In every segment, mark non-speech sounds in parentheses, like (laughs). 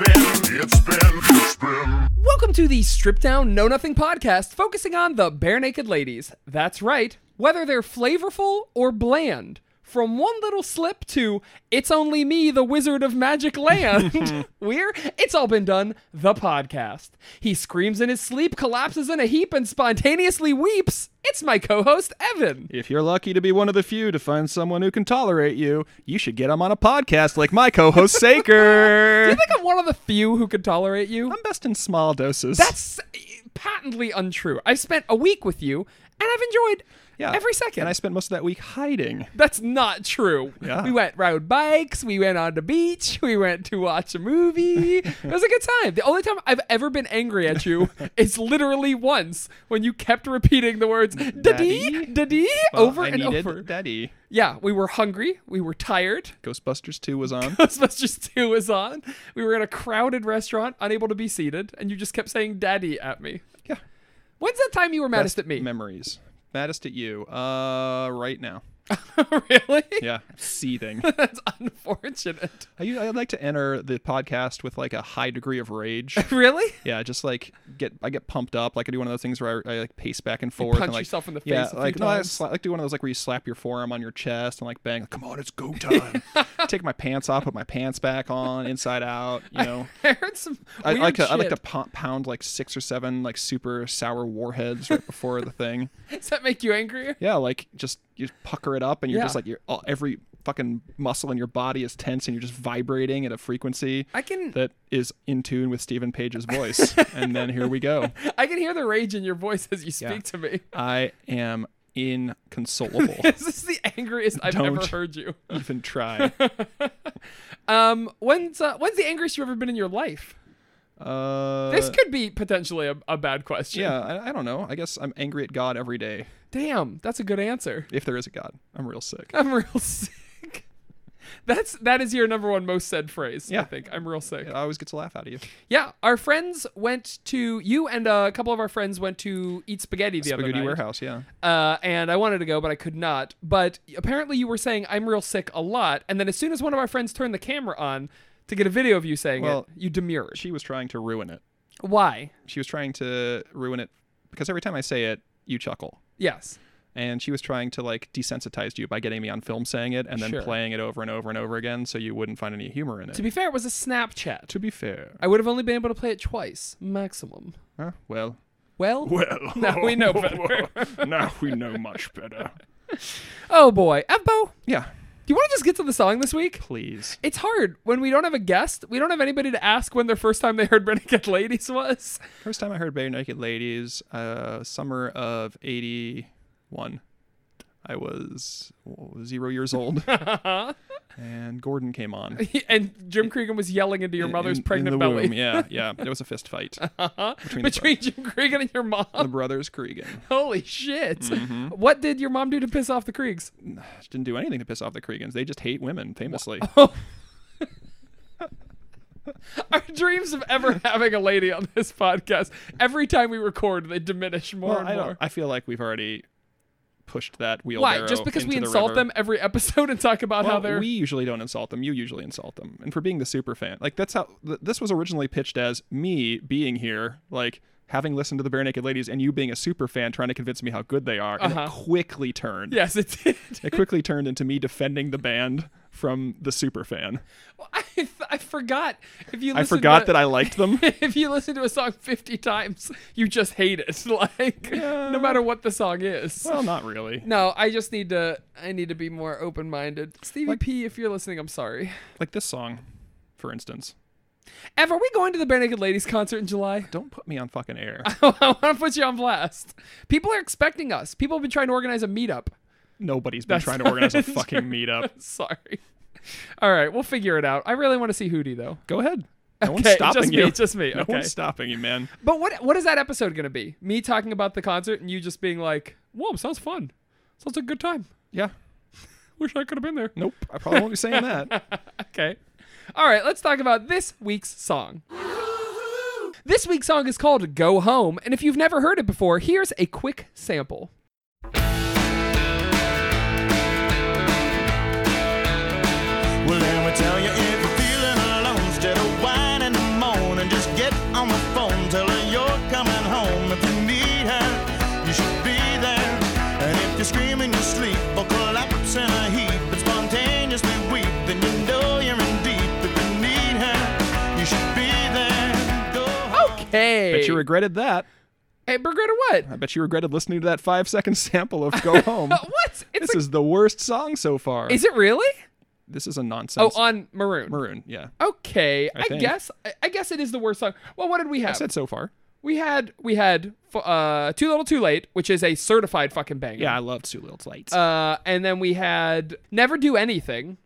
It's been, it's been. Welcome to the Strip Down Know Nothing podcast, focusing on the bare naked ladies. That's right, whether they're flavorful or bland. From one little slip to It's Only Me, the Wizard of Magic Land. (laughs) We're It's All Been Done, the podcast. He screams in his sleep, collapses in a heap, and spontaneously weeps. It's my co host, Evan. If you're lucky to be one of the few to find someone who can tolerate you, you should get them on a podcast like my co-host (laughs) Saker. I think I'm one of the few who could tolerate you. I'm best in small doses. That's patently untrue. I've spent a week with you, and I've enjoyed yeah. every second. And I spent most of that week hiding. That's not true. Yeah. We went rode bikes. We went on the beach. We went to watch a movie. it was a good time. The only time I've ever been angry at (laughs) you is literally once when you kept repeating the words "daddy, Daddy? daddy" Well, over Uh, I and needed over. Daddy. Yeah, we were hungry. We were tired. (laughs) Ghostbusters 2 was on. Ghostbusters 2 was on. We were in a crowded restaurant, unable to be seated, and you just kept saying "daddy" at me. yeah. When's that time you were maddest at me? Memories. Maddest at you. Uh, right now. (laughs) really? Yeah. Seething. (laughs) That's unfortunate. I, u- I like to enter the podcast with like a high degree (laughs) of rage. Really? Yeah, just like get I get pumped up. Like I do one of those things where I, I like pace back and forth. punch and, like, yourself in the Yeah, face a few like no, I times. sla- like do one of those like where you slap your forearm on your chest and like bang. Like, Come on, (laughs) it's go time. Take my pants off, put my pants back on, inside out. (laughs) You know, I heard some. I weird like to, I like shit. to po- pound like six or seven like super sour warheads right before (laughs) the thing. Does that make you angrier? Yeah, like just you pucker it up and you're Yeah. just like you're all, every fucking muscle in your body is tense and you're just vibrating at a frequency I can that is in tune with Stephen Page's voice. (laughs) and then here we go. I can hear the rage in your voice as you speak Yeah. to me. (laughs) I am inconsolable. This is the angriest I've ever Don't. heard you. (laughs) Even try. Um, when's uh, when's the angriest you've ever been in your life? Uh, This could be potentially a, a bad question. yeah, I, I don't know. I guess I'm angry at God every day, Damn, that's a good answer. if there is a God. I'm real sick. I'm real (laughs) sick. That's that is your number one most said phrase. I Yeah. think I'm real sick. It always gets a laugh out of you. Yeah, our friends went to you and a couple of our friends went to eat spaghetti the Spaghetti other night. Warehouse, yeah. uh, and I wanted to go, but I could not. But apparently, you were saying I'm real sick a lot, and then as soon as one of our friends turned the camera on to get a video of you saying Well, it, you demurred. She was trying to ruin it. Why? She was trying to ruin it because every time I say it, you chuckle. Yes. And she was trying to like desensitize you by getting me on film saying it and then Sure. playing it over and over and over again so you wouldn't find any humor in it. To be fair, it was a Snapchat. To be fair. I would have only been able to play it twice, maximum. Huh? Well, Well, (laughs) well. (laughs) Now we know better. now we know much better. oh boy, Ebbo, Yeah, do you want to just get to the song this week? please. It's hard when we don't have a guest. We don't have anybody to ask when their first time they heard Renegade Ladies was. (laughs) First time I heard Bare Naked Ladies, uh, summer of '81. I was oh, zero years (laughs) old, (laughs) and Gordon came on. and Jim Cregan was yelling into your in- mother's in pregnant the belly Uh-huh. Womb. Yeah, yeah. It was a fist fight between, the, bro- (laughs) between Jim Cregan and your mom. the brothers Cregan. Holy shit. (laughs) What did your mom do to piss off the Kriegs? (laughs) Didn't do anything to piss off the Cregans. They just hate women, (laughs) famously. Oh, Our dreams of ever having a lady on this podcast, every time we record, they diminish more Well, and I, don't, more. I feel like we've already pushed that wheelbarrow. Why? Just because we into the insult river. them every episode and talk about how Well, they're. we usually don't insult them. You usually insult them. And for being the super fan, like that's how th- this was originally pitched as me being here, like having listened to the Bare Naked Ladies, and you being a super fan trying to convince me how good they are. And it Uh-huh. quickly turned. yes, it did. (laughs) It quickly turned into me defending the band from the super fan. I, I forgot. If you I listen forgot to, that I liked them. (laughs) If you listen to a song 50 times, you just hate it. (laughs) Like, no matter what the song is. well, not really. No, I just need to. I need to be more open-minded. Stevie P, if you're listening, I'm sorry. Like this song, for instance. Ever, are we going to the Bare Naked Ladies concert in July? Don't put me on fucking air. Uh, (laughs) I want to put you on blast. People are expecting us. People have been trying to organize a meetup. (laughs) Nobody's been That's trying to not (laughs) organize a true. fucking meetup. Sorry. All right, we'll figure it out. I really want to see Hootie though. Go ahead. No one's Okay, stopping just you. me, just me. No okay. one's stopping you, man. But what what is that episode gonna be? Me talking about the concert and you just being like, "Whoa, sounds fun. Sounds like a good time. Yeah. Wish I could have been there." (laughs) Nope. I probably won't be saying that. Okay. All right, let's talk about this week's song. This week's song is called Go Home, and if you've never heard it before, here's a quick sample. Well, let me tell you, if you're feeling alone, instead of whining and moaning, just Hey. Bet Uh, you regretted that. Hey, regretted what? I bet you regretted listening to that five second (laughs) sample of (laughs) Go Home. Uh, what? It's This like, is the worst song so far. is it really? this is a Oh, nonsense. on Maroon. Maroon, yeah. Okay, I, think. guess I, I guess it is the worst song. Well, what did we have? I said so far. we had we had f- uh Too Little Too Late, which is a certified fucking banger. Yeah, I love Too Little Too Late. Uh, and then we had Never Do Anything,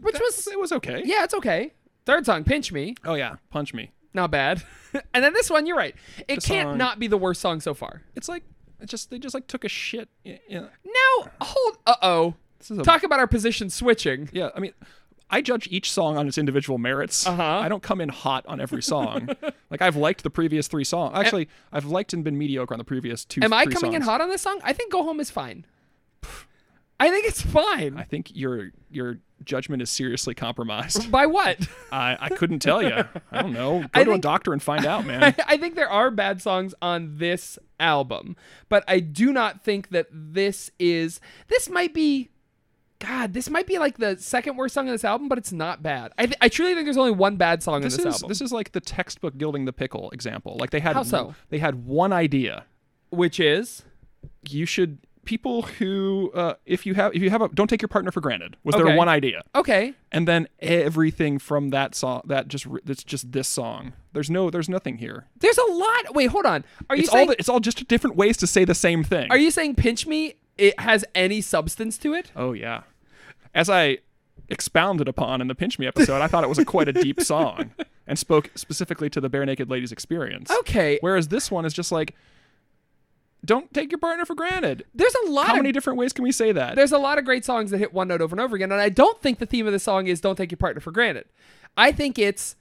which was it was okay. yeah, it's okay. Third song, Pinch Me, Oh yeah, punch me. not bad. (laughs) and then this one, you're right. It can't song- not be the worst song so far. It's like it just they just like took a shit. Yeah, yeah. Now, hold. Uh oh. This is a- Talk about our position switching. yeah. I mean, I judge each song on its individual merits. Uh-huh. I don't come in hot on every (laughs) song. like I've liked the previous three songs. Actually, I've liked and been mediocre on the previous two. Am I three coming in songs. hot on this song? I think Go Home is fine. I think it's I fine. think your your judgment is seriously compromised. (laughs) By what? (laughs) I, I couldn't tell you. (laughs) I don't know. Go to a think- doctor and find out, (laughs) man. I think there are bad songs on this album, but I do not think that this is. This might be. God, this might be like the second worst song on this album, but it's not bad. I, th- I truly think there's only one bad song on this this is album, this is like the textbook gilding the pickle example. Like they had How so? they had one idea. which is You should people who uh, if you have if you have a don't take your partner for granted was their Okay. one idea, okay. and then everything from that song that just re- that's just this song. There's no there's nothing here. There's a lot. Wait, hold on. Are you It's all saying the, it's all just different ways to say the same thing. Are you saying Pinch Me it has any substance to it? Oh yeah. As I expounded upon in the Pinch Me episode, I thought it was a quite (laughs) a deep song and spoke specifically to the bare naked ladies experience. Okay. Whereas this one is just like don't take your partner for granted. There's a lot How of many different ways can we say that? there's a lot of great songs that hit one note over and over again, and I don't think the theme of the song is don't take your partner for granted. I think it's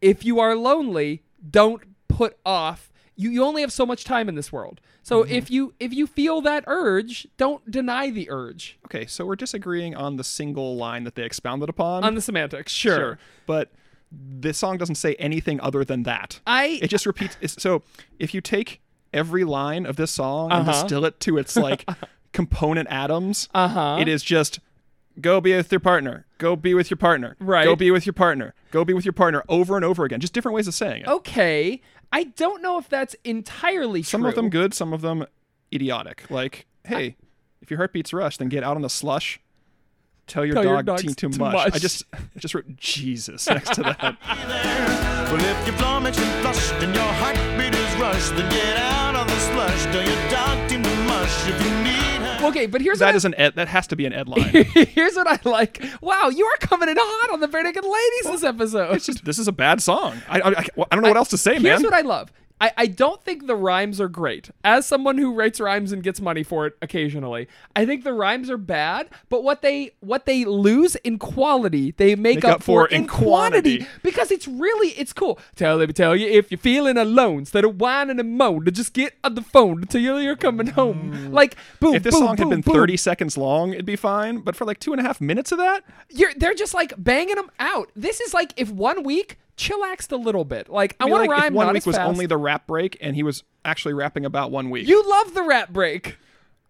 if you are lonely, don't put off you, you only have so much time in this world. So Mm-hmm. if you if you feel that urge, don't deny the urge. Okay, so we're disagreeing on the single line that they expounded upon. On the semantics, sure. sure, but this song doesn't say anything other than that. I- it just repeats. it's- So if you take every line of this song and Uh-huh. distill it to its like (laughs) component atoms, uh-huh. it is just go be with your partner, go be with your partner, Right. Go be with your partner, go be with your partner over and over again. Just different ways of saying it. Oh, Okay. I don't know if that's entirely some true. of them good, some of them idiotic. Like, hey, if your heartbeats rush, then get out on the slush. Tell your Tell your dog dogs too, to much. mush. I just just wrote Jesus next (laughs) to that. Well, if you flummoxed and flushed and your heartbeat is rushed, then get out of the slush. Tell your dog team to mush if you need her. Okay, but here's what that I- is an ed, that has to be an ed line. (laughs) Here's what I like. Wow, you are coming in hot on the Bare Naked Ladies this episode. It's just- this is a bad song. I, I, I can't- I don't know what else to say, Here's man. what I love. I, I don't think the rhymes are great. As someone who writes rhymes and gets money for it occasionally, I think the rhymes are bad, but what they what they lose in quality, they make, Make up for in quantity. because it's really it's cool. Tell me tell you if you're feeling alone, instead of whining and moaning, to just get on the phone until you're you're coming home. Like boom. Mm. if this boom, song boom, had been boom. 30 seconds long, it'd be fine. But for like two and a half minutes of that, you're they're just like banging them out. This is like if one week chillaxed a little bit. Like I I want mean, to like, rhyme. if one not week as was fast. only the rap break, and he was actually rapping about one week. You love the rap break.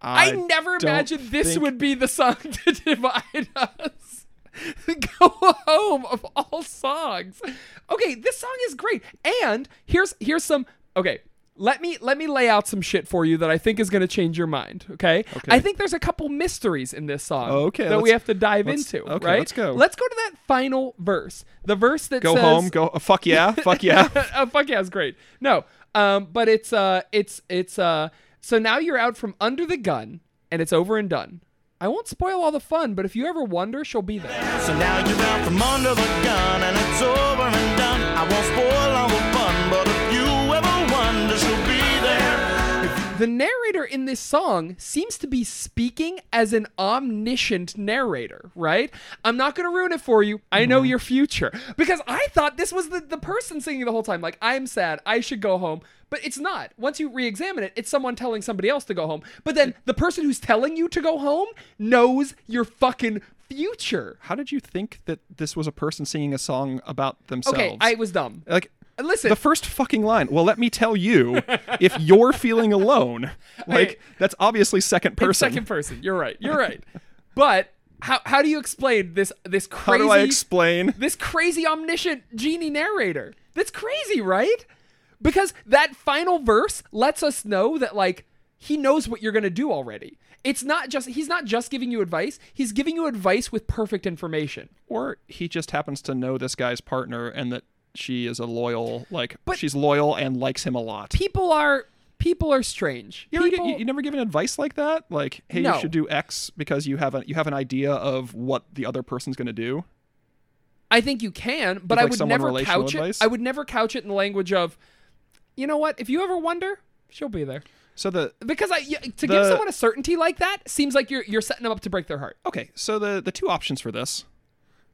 I, never don't imagined this think- would be the song (laughs) to divide us. (laughs) Go home of all songs. Okay, this song is great. And here's here's some okay. Let me let me lay out some shit for you that I think is going to change your mind. Okay? I think there's a couple mysteries in this song Okay, that we have let's- to dive let's- into. okay, right? let's go. Let's go to that final verse. The verse that go says, home, go uh, (laughs) fuck yeah, fuck yeah. oh fuck yeah, it's great. No, um, but it's uh, it's it's uh, so now you're out from under the gun, and it's over and done. I won't spoil all the fun, but if you ever wonder, she'll be there. So now you're out from under the gun and it's over and done. I won't spoil all the fun, but if you ever wonder, she'll be there. If The narrator in this song seems to be speaking as an omniscient narrator, right? I'm not gonna ruin it for you. I Mm-hmm. know your future because I thought this was the the person singing the whole time. Like I'm sad. I should go home. But it's not. Once you re-examine it, it's someone telling somebody else to go home. But then the person who's telling you to go home knows your fucking future. How did you think that this was a person singing a song about themselves? Okay, I was dumb. Uh, like Listen, the first fucking line. Well, let me (laughs) tell you, if you're feeling alone, like Okay. that's obviously second person. it's second person. You're right. You're right. but how how do you explain this this How crazy do I explain? this crazy omniscient genie narrator. That's crazy, right? because that final verse lets us know that like he knows what you're going to do already. It's not just he's not just giving you advice, he's giving you advice with perfect information. Or he just happens to know this guy's partner and that she is a loyal, like But- she's loyal and likes him a lot. People are people are strange. You, ever get, People- you, you never given advice like that? Like, hey, No. you should do X because you have an you have an idea of what the other person's going to do. I think you can, but I like, would someone never relational couch advice? it. I would never couch it in the language of, you know what? If you ever wonder, she'll be there. So the Because I y- to give The- someone a certainty like that seems like you're you're setting them up to break their heart. okay, so the the two options for this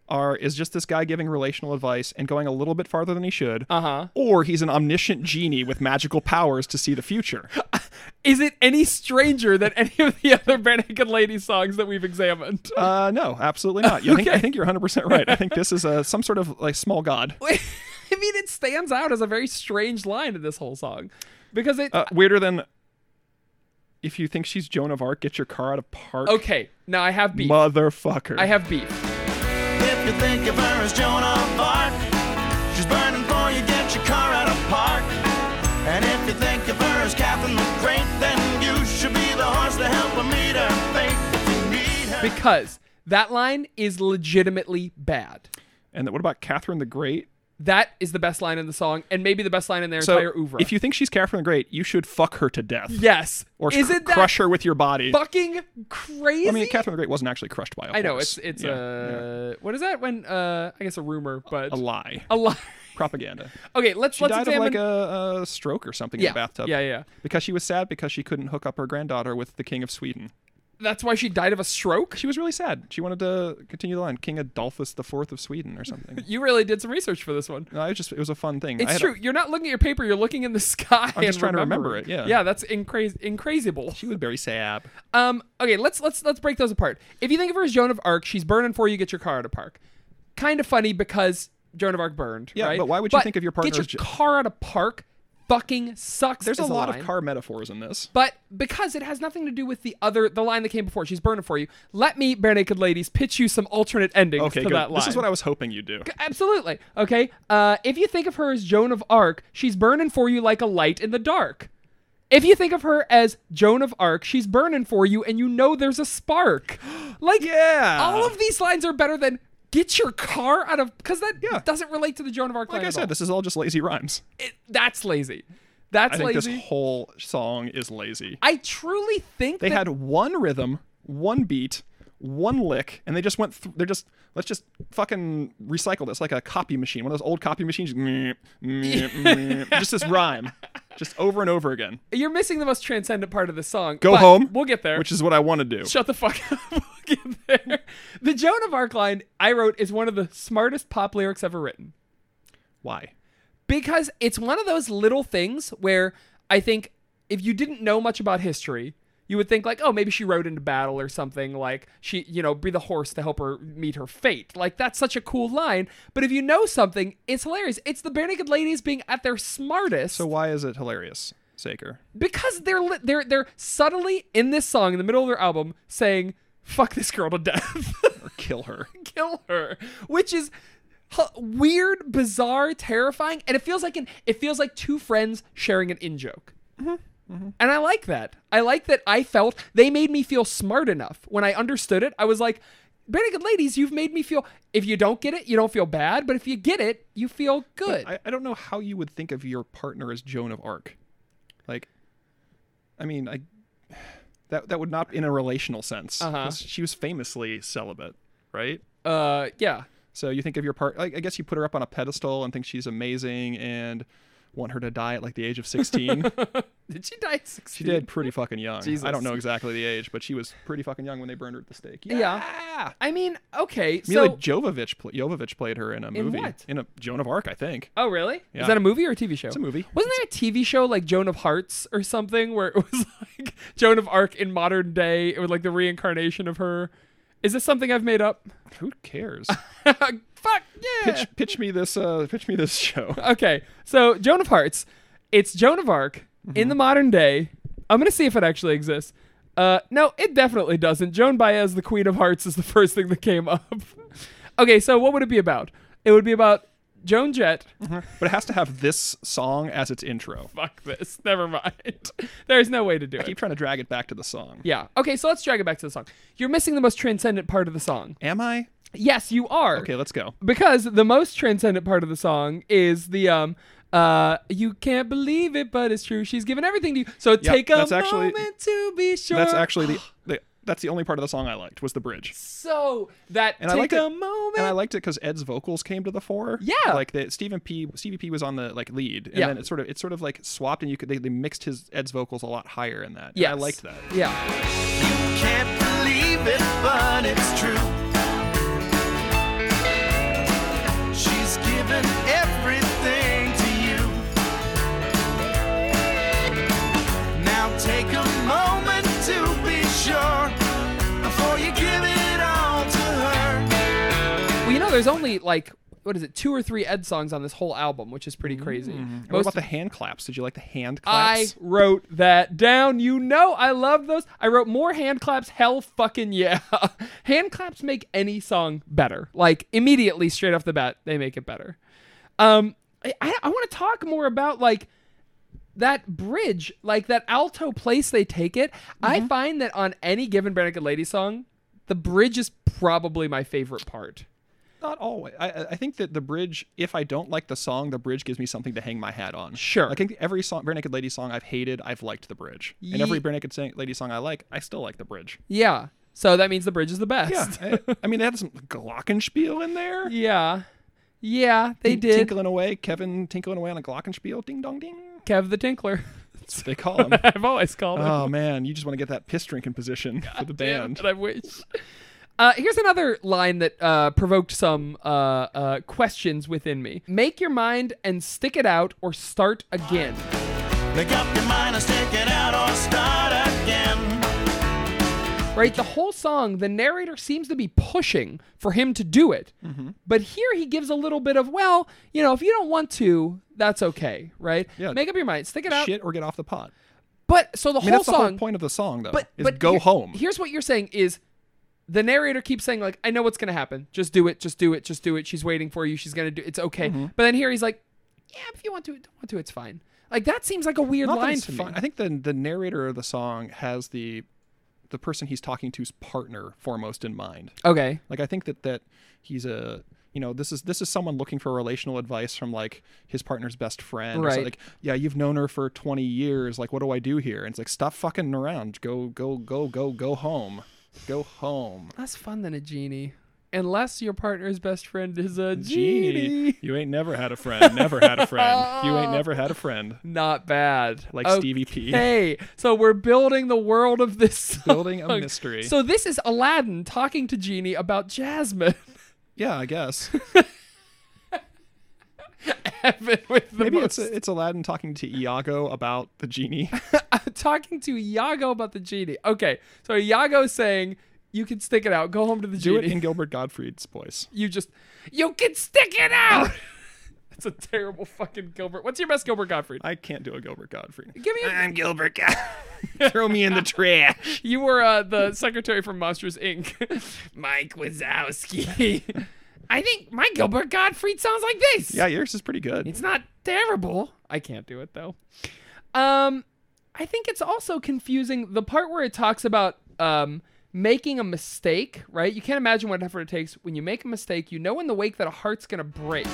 are is just this guy giving relational advice and going a little bit farther than he should, Uh huh. or he's an omniscient genie with magical powers to see the future. Is it any stranger than any of the other Bare Naked Lady songs that we've examined? Uh, no, absolutely not. I, think, I Okay. think you're 100 percent right. I think this is a some sort of like small god, (laughs) I mean, it stands out as a very strange line in this whole song because it. uh, weirder than if you think she's Joan of Arc, get your car out of park, okay, now I have beef. motherfucker. I have beef. If you think of her as Joan of Arc, she's burning for you, get your car out of park. And if you think of her as Catherine the Great, then you should be the horse to help her meet her fate. If you need her, Because that line is legitimately bad. and what about Catherine the Great? That is the best line in the song, and maybe the best line in their So entire oeuvre. if you think she's Catherine the Great, you should fuck her to death. yes, Or cr- isn't that crush her with your body. fucking crazy? I mean, Catherine the Great wasn't actually crushed by a I know horse. it's it's Yeah, yeah. uh what is that when uh I guess a rumor, but a lie. a lie. Propaganda. (laughs) okay, Oh. let's She let's died examine. of like a, a stroke or something yeah, in the bathtub. yeah, yeah. Because she was sad because she couldn't hook up her granddaughter with the King of Sweden. That's why she died of a stroke. She was really sad. She wanted to continue the line, King Adolphus the Fourth of Sweden (laughs) or something. You really did some research for this one. no, I just it was a fun thing. I It's had true. A, you're not looking at your paper. You're looking in the (laughs) sky. I'm just trying to remember it, yeah. Yeah, that's incra- incrazible. she was very sad. Um. Okay. Let's let's let's break those apart. If you think of her as Joan of Arc, she's burning for you. Get your car out of park. Kind of funny because Joan of Arc burned. Yeah, right? but why would you think of your partner Get your as Jo- car out of park. Fucking sucks. There's a is lot line. of car metaphors in this. But because it has nothing to do with the other, the line that came before, she's burning for you. Let me, bare naked ladies, pitch you some alternate endings Okay, to good. that line. This is what I was hoping you'd do. Absolutely. Okay. Uh, if you think of her as Joan of Arc, she's burning for you like a light in the dark. If you think of her as Joan of Arc, she's burning for you, and you know there's a (gasps) spark. Like, Yeah. all of these lines are better than get your car out of because that Yeah. doesn't relate to the Joan of Arc. Like line I at all. said, this is all just lazy rhymes. It- that's lazy. That's I think lazy. this whole song is lazy. I truly think They that had one rhythm, one beat, one lick, and they just went. Th- they're just let's just fucking recycle this like a copy machine, one of those old copy machines. Meh, meh, meh. just this rhyme, just over and over (laughs) again. you're missing the most transcendent part of the song. Go but home. We'll get there. Which is what I want to do. Shut the fuck (laughs) up. We'll get there. The Joan of Arc line I wrote is one of the smartest pop lyrics ever written Why? because it's one of those little things where I think if you didn't know much about history, you would think like, oh, maybe she rode into battle or something. Like she, you know, be the horse to help her meet her fate. Like that's such a cool line. But if you know something, it's hilarious. It's the bare naked ladies being at their smartest So why is it hilarious, Saker? because they're li- they're they're subtly in this song in the middle of their album saying fuck this girl to death (laughs) Kill her. kill her which is h- weird bizarre terrifying and it feels like an it feels like two friends sharing an in joke and i like that i like that i felt they made me feel smart enough when i understood it i was like very good ladies you've made me feel if you don't get it you don't feel bad but if you get it you feel good I, I don't know how you would think of your partner as Joan of Arc. Like, I mean, I that that would not in a relational sense. Uh-huh. 'cause She was famously celibate, right? uh yeah (laughs) So you think of your part. Like, I guess you put her up on a pedestal and think she's amazing and want her to die at like the age (laughs) of sixteen. did she die at 16 she did pretty fucking young. I Jesus. don't know exactly the age, but she was pretty fucking young when they burned her at the stake. Yeah. Yeah. I mean, okay. Mila so, Jovovich, pl- Jovovich played her in a movie what? in a Joan of Arc, I think. oh really? Yeah. Is that a movie or a TV show? It's a movie. Wasn't there a TV show like Joan of Hearts or something where it was (laughs) like Joan of Arc in modern day? It was like the reincarnation of her. Is this something I've made up? (laughs) Who cares? Fuck yeah. (laughs) pitch, pitch me this. Uh, pitch me this show. Okay, so Joan of Hearts. It's Joan of Arc in Mm-hmm. the modern day. I'm gonna see if it actually exists. Uh, no, it definitely doesn't. Joan Baez, the (laughs) Queen of Hearts, is the first thing that came up. okay, so what would it be about? It would be about Joan Jett. But it has to have this song as its intro. Fuck (laughs) this. Never mind. There's no way to do Keep it. trying to drag it back to the song. Yeah. Okay, so let's drag it back to the song. You're missing the most transcendent part of the song. Am I? Yes, you are. Okay, let's go. because the most transcendent part of the song is the um uh you can't believe it but it's true she's given everything to you so take a that's actually- moment to be sure That's (sighs) actually the, the that's the only part of the song I liked was the bridge. so that And I take liked a it- moment And I liked it because Ed's vocals came to the fore. Yeah. like the Stephen P. Stevie P. was on the like lead, and Yeah. then it sort of it sort of like swapped, and you could they, they mixed his Ed's vocals a lot higher in that. Yeah, yes. I liked that. yeah Can't believe it, but it's true. She's given everything to you. Now take a moment to be sure before you give it all to her. well you know there's only like what is it two or three ed songs on this whole album which is pretty crazy Mm-hmm. And what most about the hand claps? Did you like the hand I claps? wrote that down. You know I love those. I wrote more hand claps. Hell fucking yeah. (laughs) hand claps make any song better. Like immediately straight off the bat, they make it better. Um I, I, I want to talk more about like that bridge, like that alto place they take it. Mm-hmm. I find that on any given Bare Naked Lady song, the bridge is probably my favorite part. Not always. I, I- I think that the bridge, if I don't like the song, the bridge gives me something to hang my hat on. Sure. I think every song, Bare Naked Lady song I've hated, I've liked the bridge. And every Ye- Bare Naked Sa- Lady song I like, I still like the bridge. Yeah. So that means the bridge is the Yeah. (laughs) best. I, I mean, they had some Glockenspiel in there. yeah. Yeah, they Tin- did. Tinkling away, Kevin tinkling away on a Glockenspiel. Ding dong ding. Kev the Tinkler. (laughs) That's what they call him. I've always called him. oh, man. You just want to get that piss drinking position for the Damn band. it, I wish. Uh, here's another line that uh, provoked some uh, uh, questions within me. Make your mind and stick it out or start again. Make up your mind and stick it out or start again. Right? The whole song, the narrator seems to be pushing for him to do it. Mm-hmm. But here he gives a little bit of, well, you know, if you don't want to, that's okay, right? Yeah. Make up your mind, stick it out. Shit or get off the pot. But so the I mean, whole that's song. the whole point of the song, though. but is but go here- home. Here's what you're saying is the narrator keeps saying like I know what's going to happen. Just do it. Just do it. Just do it. She's waiting for you. She's going to do it's okay. Mm-hmm. But then here he's like yeah, if you want to don't want to it's fine. Like that seems like a weird Not that line it's to fun. me. I think the the narrator of the song has the the person he's talking to's partner foremost in mind. Okay. Like I think that that he's a you know this is this is someone looking for relational advice from like his partner's best friend. Or so- Right. like yeah, you've known her for twenty years. Like what do I do here? And it's like stop fucking around. Go go go go go home. (laughs) Go home. Less fun than a genie. Unless your partner's best friend is a genie. Genie, you ain't never had a friend. Never had a friend. (laughs) You ain't never had a friend. Not bad. Like Stevie P. Hey, so we're building the world of (laughs) this song. Building a mystery. So this is Aladdin talking to Genie about Jasmine. (laughs) yeah, I guess. Evan with the Maybe most it's it's Aladdin talking to Iago about (laughs) the genie. I'm talking to Iago about the genie. Okay, so Iago's saying you can stick it out. Go home to the Do it genie. in Gilbert Gottfried's voice. (laughs) you just you can stick it (laughs) out. (laughs) That's a terrible fucking Gilbert. What's your best Gilbert Gottfried? I can't do a Gilbert Gottfried. (laughs) Give me. A, Gilbert Throw me in the trash. you were uh, the secretary from Monsters (laughs) Inc. Mike Wazowski. (laughs) I think my Gilbert Gottfried sounds like this. Yeah, yours is pretty good. It's not terrible. I can't do it though. Um, I think it's also confusing the part where it talks about um making a mistake. Right? You can't imagine what effort it takes when you make a mistake. You know in the wake that a heart's gonna break.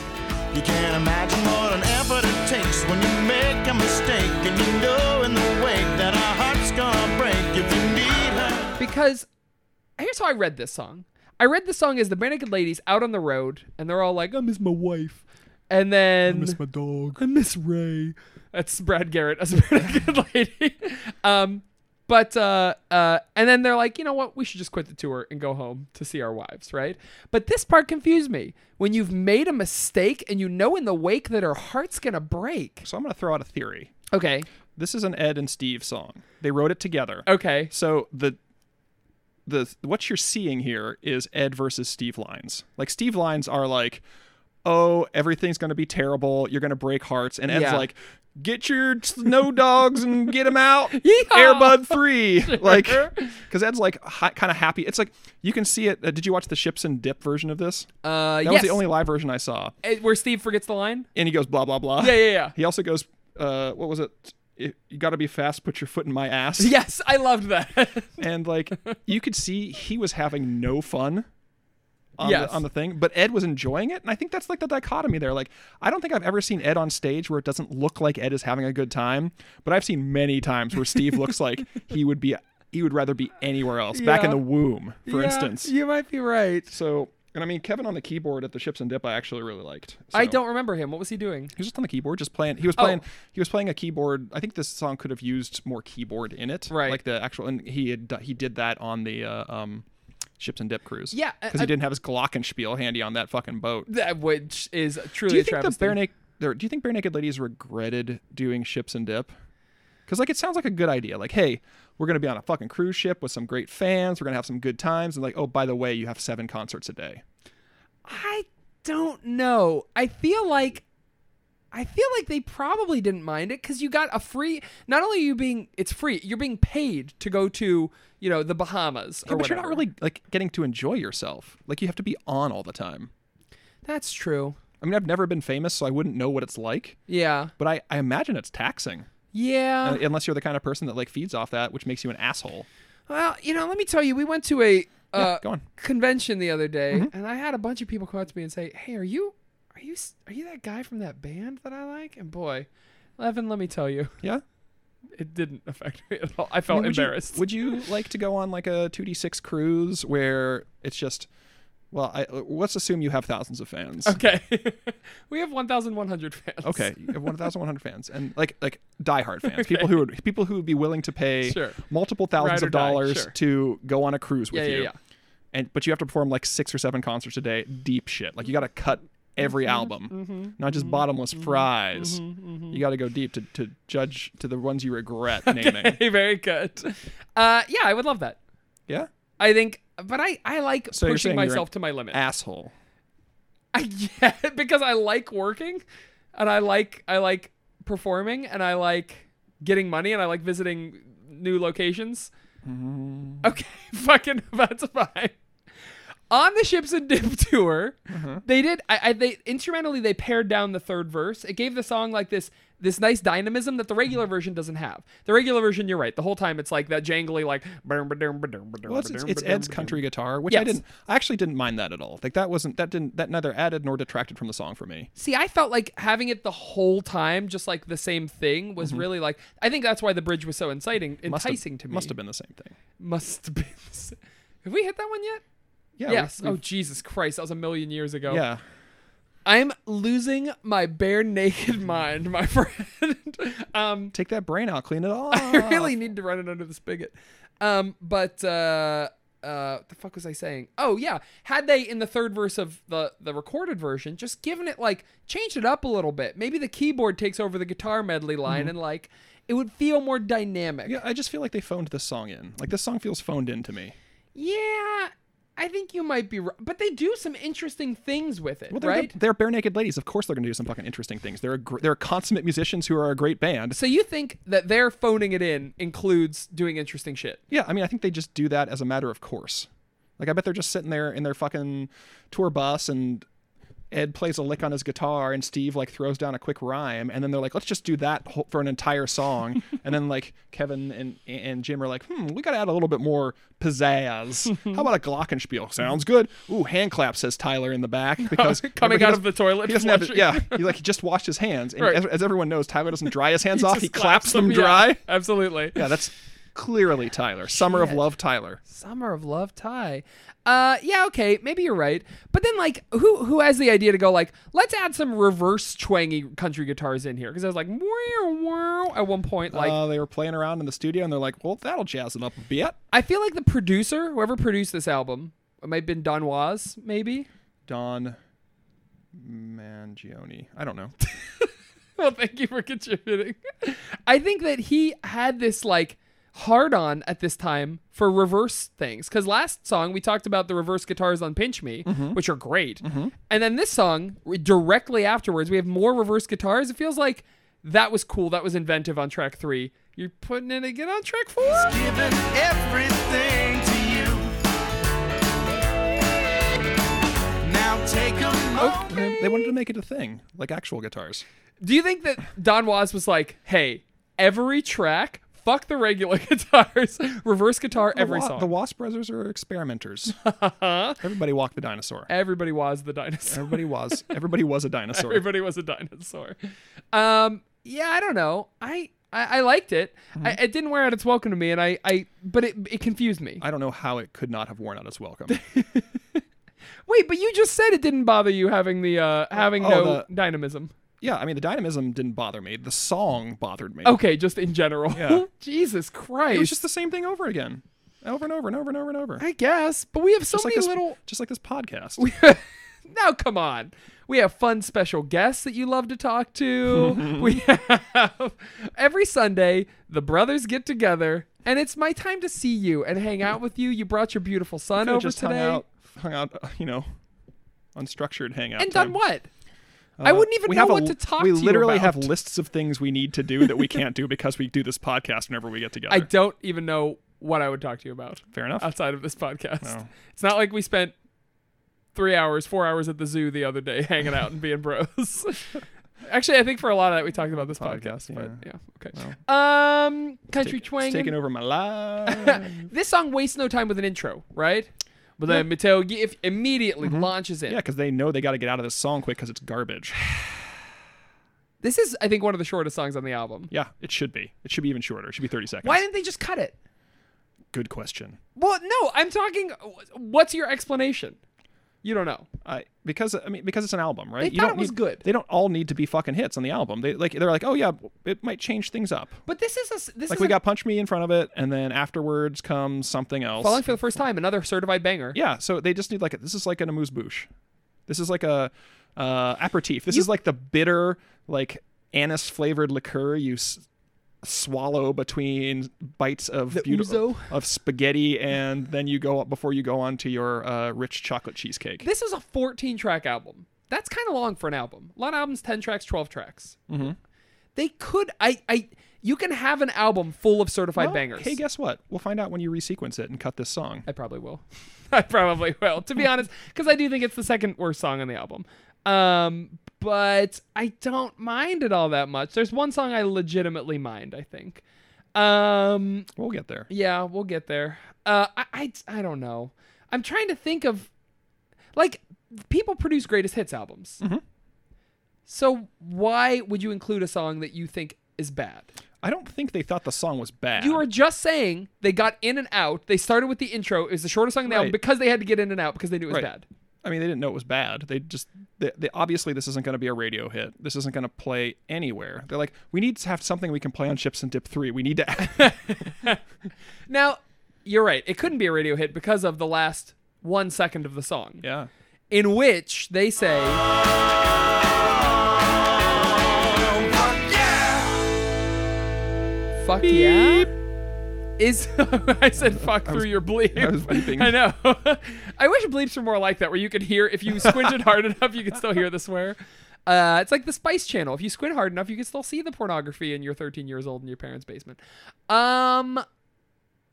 You can't imagine what an effort it takes when you make a mistake and you know in the wake that our heart's gonna break if you need her. Because here's how I read this song. I read the song as the Bare Naked Ladies out on the road, and they're all like, "I miss my wife," and then my dog. I miss Ray. That's Brad Garrett as a (laughs) pretty good lady. Um, but uh, uh, and then they're like, you know what? We should just quit the tour and go home to see our wives, right? But this part confused me. When you've made a mistake and you know in the wake that her heart's gonna break. So I'm gonna throw out a theory. Okay. This is an Ed and Steve song. They wrote it together. Okay. So the the what you're seeing here is Ed versus Steve lines. Like Steve lines are like, oh, everything's going to be terrible. You're going to break hearts. And Ed's Yeah. like, get your snow dogs and get (laughs) them out. Yeehaw! Airbud (laughs) 3. Like, because Ed's like hi, kind of happy. It's like, you can see it. Uh, did you watch the Ships and Dip version of this? Uh, Eh, that was the only live version I saw. where Steve forgets the line. And he goes, blah, blah, blah. Yeah, yeah, yeah. He also goes, uh, what was it? You got to be fast. Put your foot in (laughs) my ass. Yes, I loved that. (laughs) and like you could see he was having no fun on, Yes. the, on the thing but ed was enjoying it and i think that's like the dichotomy there like i don't think i've ever seen ed on stage where it doesn't look like ed is having a good time but i've seen many times where steve (laughs) looks like he would be he would rather be anywhere else back in Yeah. the womb for Yeah, instance you might be right. so and i mean kevin on the keyboard at the ships and dip i actually really liked I So- don't remember him. What was he doing? he was just on the keyboard, just playing. He was playing. He was playing a keyboard. I think this song could have used more keyboard in it, Right. Like the actual, and he had he did that on the uh, um, ships and dip cruise. Yeah, I- because I- he didn't have his Glockenspiel handy on that fucking boat. That which is truly Do you a think the travesty. bare naked? Do you think bare naked ladies regretted doing ships and dip? Because like it sounds like a good idea. Like, hey, we're gonna be on a fucking cruise ship with some great fans. We're gonna have some good times. And like, oh, by the way, you have seven concerts a day. I don't know. I feel like I feel like they probably didn't mind it because you got a free. Not only are you being, it's free. You're being paid to go to, you know, the Bahamas or but you're not whatever. really like getting to enjoy yourself. Like you have to be on all the time. That's true. I mean, I've never been famous, so I wouldn't know what it's like. Yeah. But I, I imagine it's taxing, Yeah. uh, unless you're the kind of person that like feeds off that, which makes you an asshole. Well, you know, let me tell you, we went to a uh, go on. convention the other day, Mm-hmm. and I had a bunch of people come up to me and say, "Hey, are you, are you, s- are you that guy from that band that I like?" And boy, Evan, let me tell you, (laughs) Yeah. it didn't affect me at all. I I felt mean, would you- oh, embarrassed. Would you, (laughs) like to go on like a two d six cruise where it's just, well, I, let's assume you have thousands of (laughs) fans. okay, we have 1,100 fans. Okay, you have 1,100 fans, and like like diehard fans, people who would people who would be willing to pay Sure. multiple Ride thousands or of die, dollars sure. to go on a cruise with Yeah, yeah, you. yeah. And but you have to perform like six or seven concerts a day. Deep shit. Like you got to cut every Mm-hmm. album, not just bottomless fries. Mm-hmm. You got to go deep to, to judge to the ones you (laughs) regret naming. Hey, very good. Uh, yeah, I would love that. Yeah, I think, but I, I like So you're pushing saying you're an myself to my limit. asshole. I, (laughs) yeah, because I like working, and I like I like performing, and I like getting money, and I like visiting new locations. Mm-hmm. Okay, (laughs) fucking that's fine. On the ships and dip (laughs) tour, Mm-hmm. they did. I, I they instrumentally they pared down the third verse. It gave the song like this this nice dynamism that the regular Mm-hmm. version doesn't have. The regular version, you're right. The whole time it's like that jangly like. Well, it's, it's, it's Ed's country guitar, which I Yes. didn't. I actually didn't mind that at all. Like that wasn't that didn't that neither added nor detracted from the song for me. See, I felt like having it the whole time, just like the same thing, was really like. I think that's why the bridge was so inciting, Mm-hmm. Must have- enticing to me. Must have been the same thing. Must have been. (laughs) Have we hit that one yet? Yeah. we- yes. we- oh Jesus Christ! That was a million years ago. yeah. I'm losing my bare naked (laughs) mind, my friend. um, Take that brain out, clean it (laughs) off. I really need to run it under the spigot. Um, but uh, uh, what the fuck was I saying? Oh yeah, had they in the third verse of the the recorded version just given it like changed it up a little bit. Maybe the keyboard takes over the guitar medley line and like it would feel more dynamic. (laughs) Mm-hmm. Yeah, I just feel like they phoned this song in. Like this song feels phoned in to me. Yeah, I think you might be right, but they do some interesting things with it, Well, they're, right? they're bare naked ladies. Of course, they're going to do some fucking interesting things. They're a gr- they're consummate musicians who are a great band. so you think that their phoning it in includes doing interesting shit? Yeah, I mean, I think they just do that as a matter of course. Like, I bet they're just sitting there in their fucking tour bus, and Ed plays a lick on his guitar, and Steve like throws down a quick rhyme, and then they're like, "Let's just do that whole- for an (laughs) entire song." and then like Kevin and and Jim are like, "Hmm, we got to add a little bit more pizzazz. How about a glockenspiel? Sounds good. Ooh, hand clap," says Tyler in the back (laughs) because Coming remember, he out of doesn't- the toilet, He doesn't have flushing. yeah. He like he just washed his hands, (laughs) and Right. as, as everyone knows, Tyler doesn't dry (laughs) his hands off. Just He claps them yeah, dry. absolutely. Yeah, that's clearly Tyler. Summer of Love Tyler. Summer of Love tie. Uh yeah, okay, maybe you're right. But then like who who has the idea to go like, let's add some reverse twangy country guitars in here cuz I was like wow wow at one point like uh, they were playing around in the studio and they're like, well, that'll jazz it up a bit. I feel like the producer, whoever produced this album, it might have been Don Was, maybe. Don Mangione. I don't know. Well, thank you for contributing. I think that he had this like hard on at this time for reverse things. Because last song we talked about the reverse guitars on Pinch Me, Mm-hmm. which are great. And then this song, r- directly afterwards, we have more reverse guitars. It feels like that was cool. That was inventive on track three. You're putting it again on track four? Giving everything to you. Now take a moment. They, they wanted to make it a thing, like actual guitars. Do you think that Don Was was like, hey, every track, fuck the regular (laughs) guitars, reverse guitar every the, Wa- song? the Wasp brothers are (laughs) experimenters. Everybody walked the dinosaur. Everybody was the dinosaur. Everybody was. Everybody was a dinosaur. Everybody was a dinosaur. Um, yeah, I don't know. I I, I liked it. I, it didn't wear out its welcome to me, and I I but it it confused me. I don't know how it could not have worn out its welcome. (laughs) Wait, but you just said it didn't bother you having the uh having Oh, no the- dynamism. yeah, I mean the dynamism didn't bother me. The song bothered me. Okay, just in general. Yeah. (laughs) Jesus Christ. It was just the same thing over again, over and over and over and over and over. I guess, but we have so just like many this little. just like this podcast. (laughs) Now, come on. We have fun special guests that you love to talk to. (laughs) we have every Sunday, the brothers get together, and it's my time to see you and hang out with you. You brought your beautiful son Could've over just today. hung out, hung out, uh, you know, unstructured hangout. and done time. what? I wouldn't even we know have a what l- to talk We to you literally have about. lists of things we need to do that we can't (laughs) do because we do this podcast whenever we get together. I uh, don't even know what I would talk to you about Fair enough. Oh, outside of this podcast. No. It's not like we spent three hours, four hours at the zoo the other day (laughs) hanging out and being (laughs) bros. Actually, I think for a lot of that we talked about this podcast, Podcast, but yeah, okay. um, country twang. It's taking over (laughs) my life. This song wastes no time with an intro, right? But then Mateo Gi- if immediately launches in. Mm-hmm. yeah, because they know they got to get out of this song quick because it's garbage. This is, I think, one of the shortest songs on the album. Yeah, it should be. It should be even shorter. It should be 30 seconds. Why didn't they just cut it? Good question. Well, no, I'm talking. What's your explanation? You don't know. I because I mean because it's an album, right? They thought it was need, good. They don't all need to be fucking hits on the album. They like they're like, "Oh yeah, it might change things up." But this is a s- this Like is we a- got Punch Me in front of it and then afterwards comes something else. falling for the first time. Another certified banger. Yeah, so they just need like a, this is like an amuse bouche. This is like a uh, aperitif. This is like the bitter like anise flavored liqueur you s- swallow between bites of beautiful ouzo? of spaghetti, and then you go up before you go on to your uh, rich chocolate cheesecake. This is a 14 track album. That's kind of long for an album. A lot of albums 10 tracks, 12 tracks. Mm-hmm. They could. I. I. You can have an album full of certified Well, bangers. Hey, guess what? We'll find out when you resequence it and cut this song. I probably will. I probably will, to be honest, because I do think it's the second worst song on the album. Um, but I don't mind it all that much. There's one song I legitimately mind. I think. Um, We'll get there. Yeah, we'll get there. Uh, I, I, I don't know. I'm trying to think of, like, people produce greatest hits albums. So why would you include a song that you think is bad? I don't think they thought the song was bad. You are just saying they got in and out. They started with the intro. It was the shortest song in the album Right. because they had to get in and out because they knew it was Right. bad. I mean, they didn't know it was bad. They just, they, they, obviously, this isn't going to be a radio hit. This isn't going to play anywhere. They're like, we need to have something we can play on Chips and Dip 3. We (laughs) need to. Now, you're right. It couldn't be a radio hit because of the last one second of the song. yeah. in which they say. oh, Fuck yeah! Is (laughs) I said fuck through your bleep. I was bleeping. I know. (laughs) I wish bleeps were more like that, where you could hear if you (laughs) squinted hard enough, you could still hear the swear. Uh, it's like the Spice Channel. If you squint hard enough, you can still see the pornography, and you're 13 years old in your parents' basement. Um,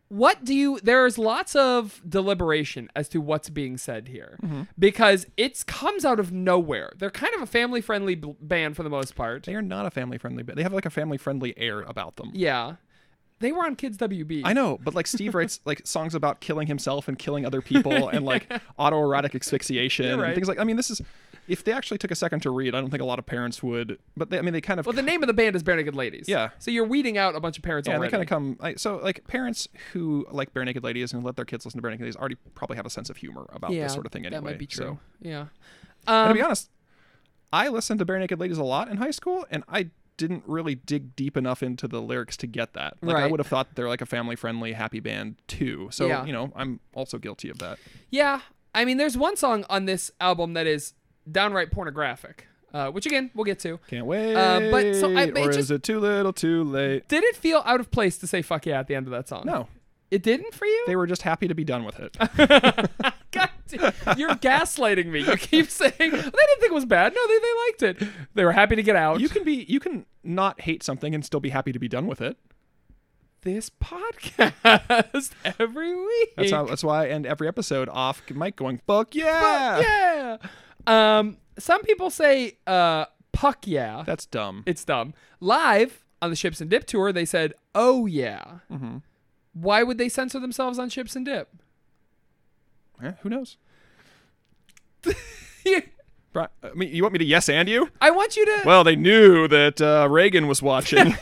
what do you there's lots of deliberation as to what's being said here Mm-hmm. because it's comes out of nowhere they're kind of a family friendly b- band for the most part They are not a family friendly band. They have like a family friendly air about them. yeah they were on kids wb I know, but like Steve writes like songs about killing himself and killing other people and (laughs) like autoerotic asphyxiation right. and things like. I mean, this is if they actually took a second to read, I don't think a lot of parents would. But they, I mean, they kind of well the name of the band is bare naked ladies Yeah. so you're weeding out a bunch of parents Yeah, and they already kind of come. I, so, like parents who like Bare Naked Ladies and let their kids listen to Bare Naked Ladies already probably have a sense of humor about yeah this sort of thing anyway. that might be So, true Um, yeah and to be honest, I listened to Bare Naked Ladies a lot in high school, and I didn't really dig deep enough into the lyrics to get that. Like I Right. would have thought they're like a family-friendly happy band too. So Yeah. you know, I'm also guilty of that. yeah i mean there's one song on this album that is downright pornographic uh, which again we'll get to. Can't wait. Uh, but so I- but it or just- is it too little, too late? Did it feel out of place to say "fuck yeah" at the end of that song? No, it didn't for you. they were just happy to be done with it. (laughs) (laughs) God, damn- you're gaslighting me. You keep (laughs) saying they didn't think it was bad. No, they, they liked it. They were happy to get out. you can be, you can not hate something and still be happy to be done with it. this podcast (laughs) every week. That's how. That's why I end every episode off Mike going, "Fuck yeah!" yeah. Um, some people say uh, puck yeah. That's dumb. it's dumb. Live on the Ships and Dip tour, they said oh yeah. Mm-hmm. Why would they censor themselves on Ships and Dip? (laughs) Eh, who knows? Bri- I mean, you want me to yes and (laughs) you? I want you to. Well, they knew that uh, Reagan (laughs) was watching.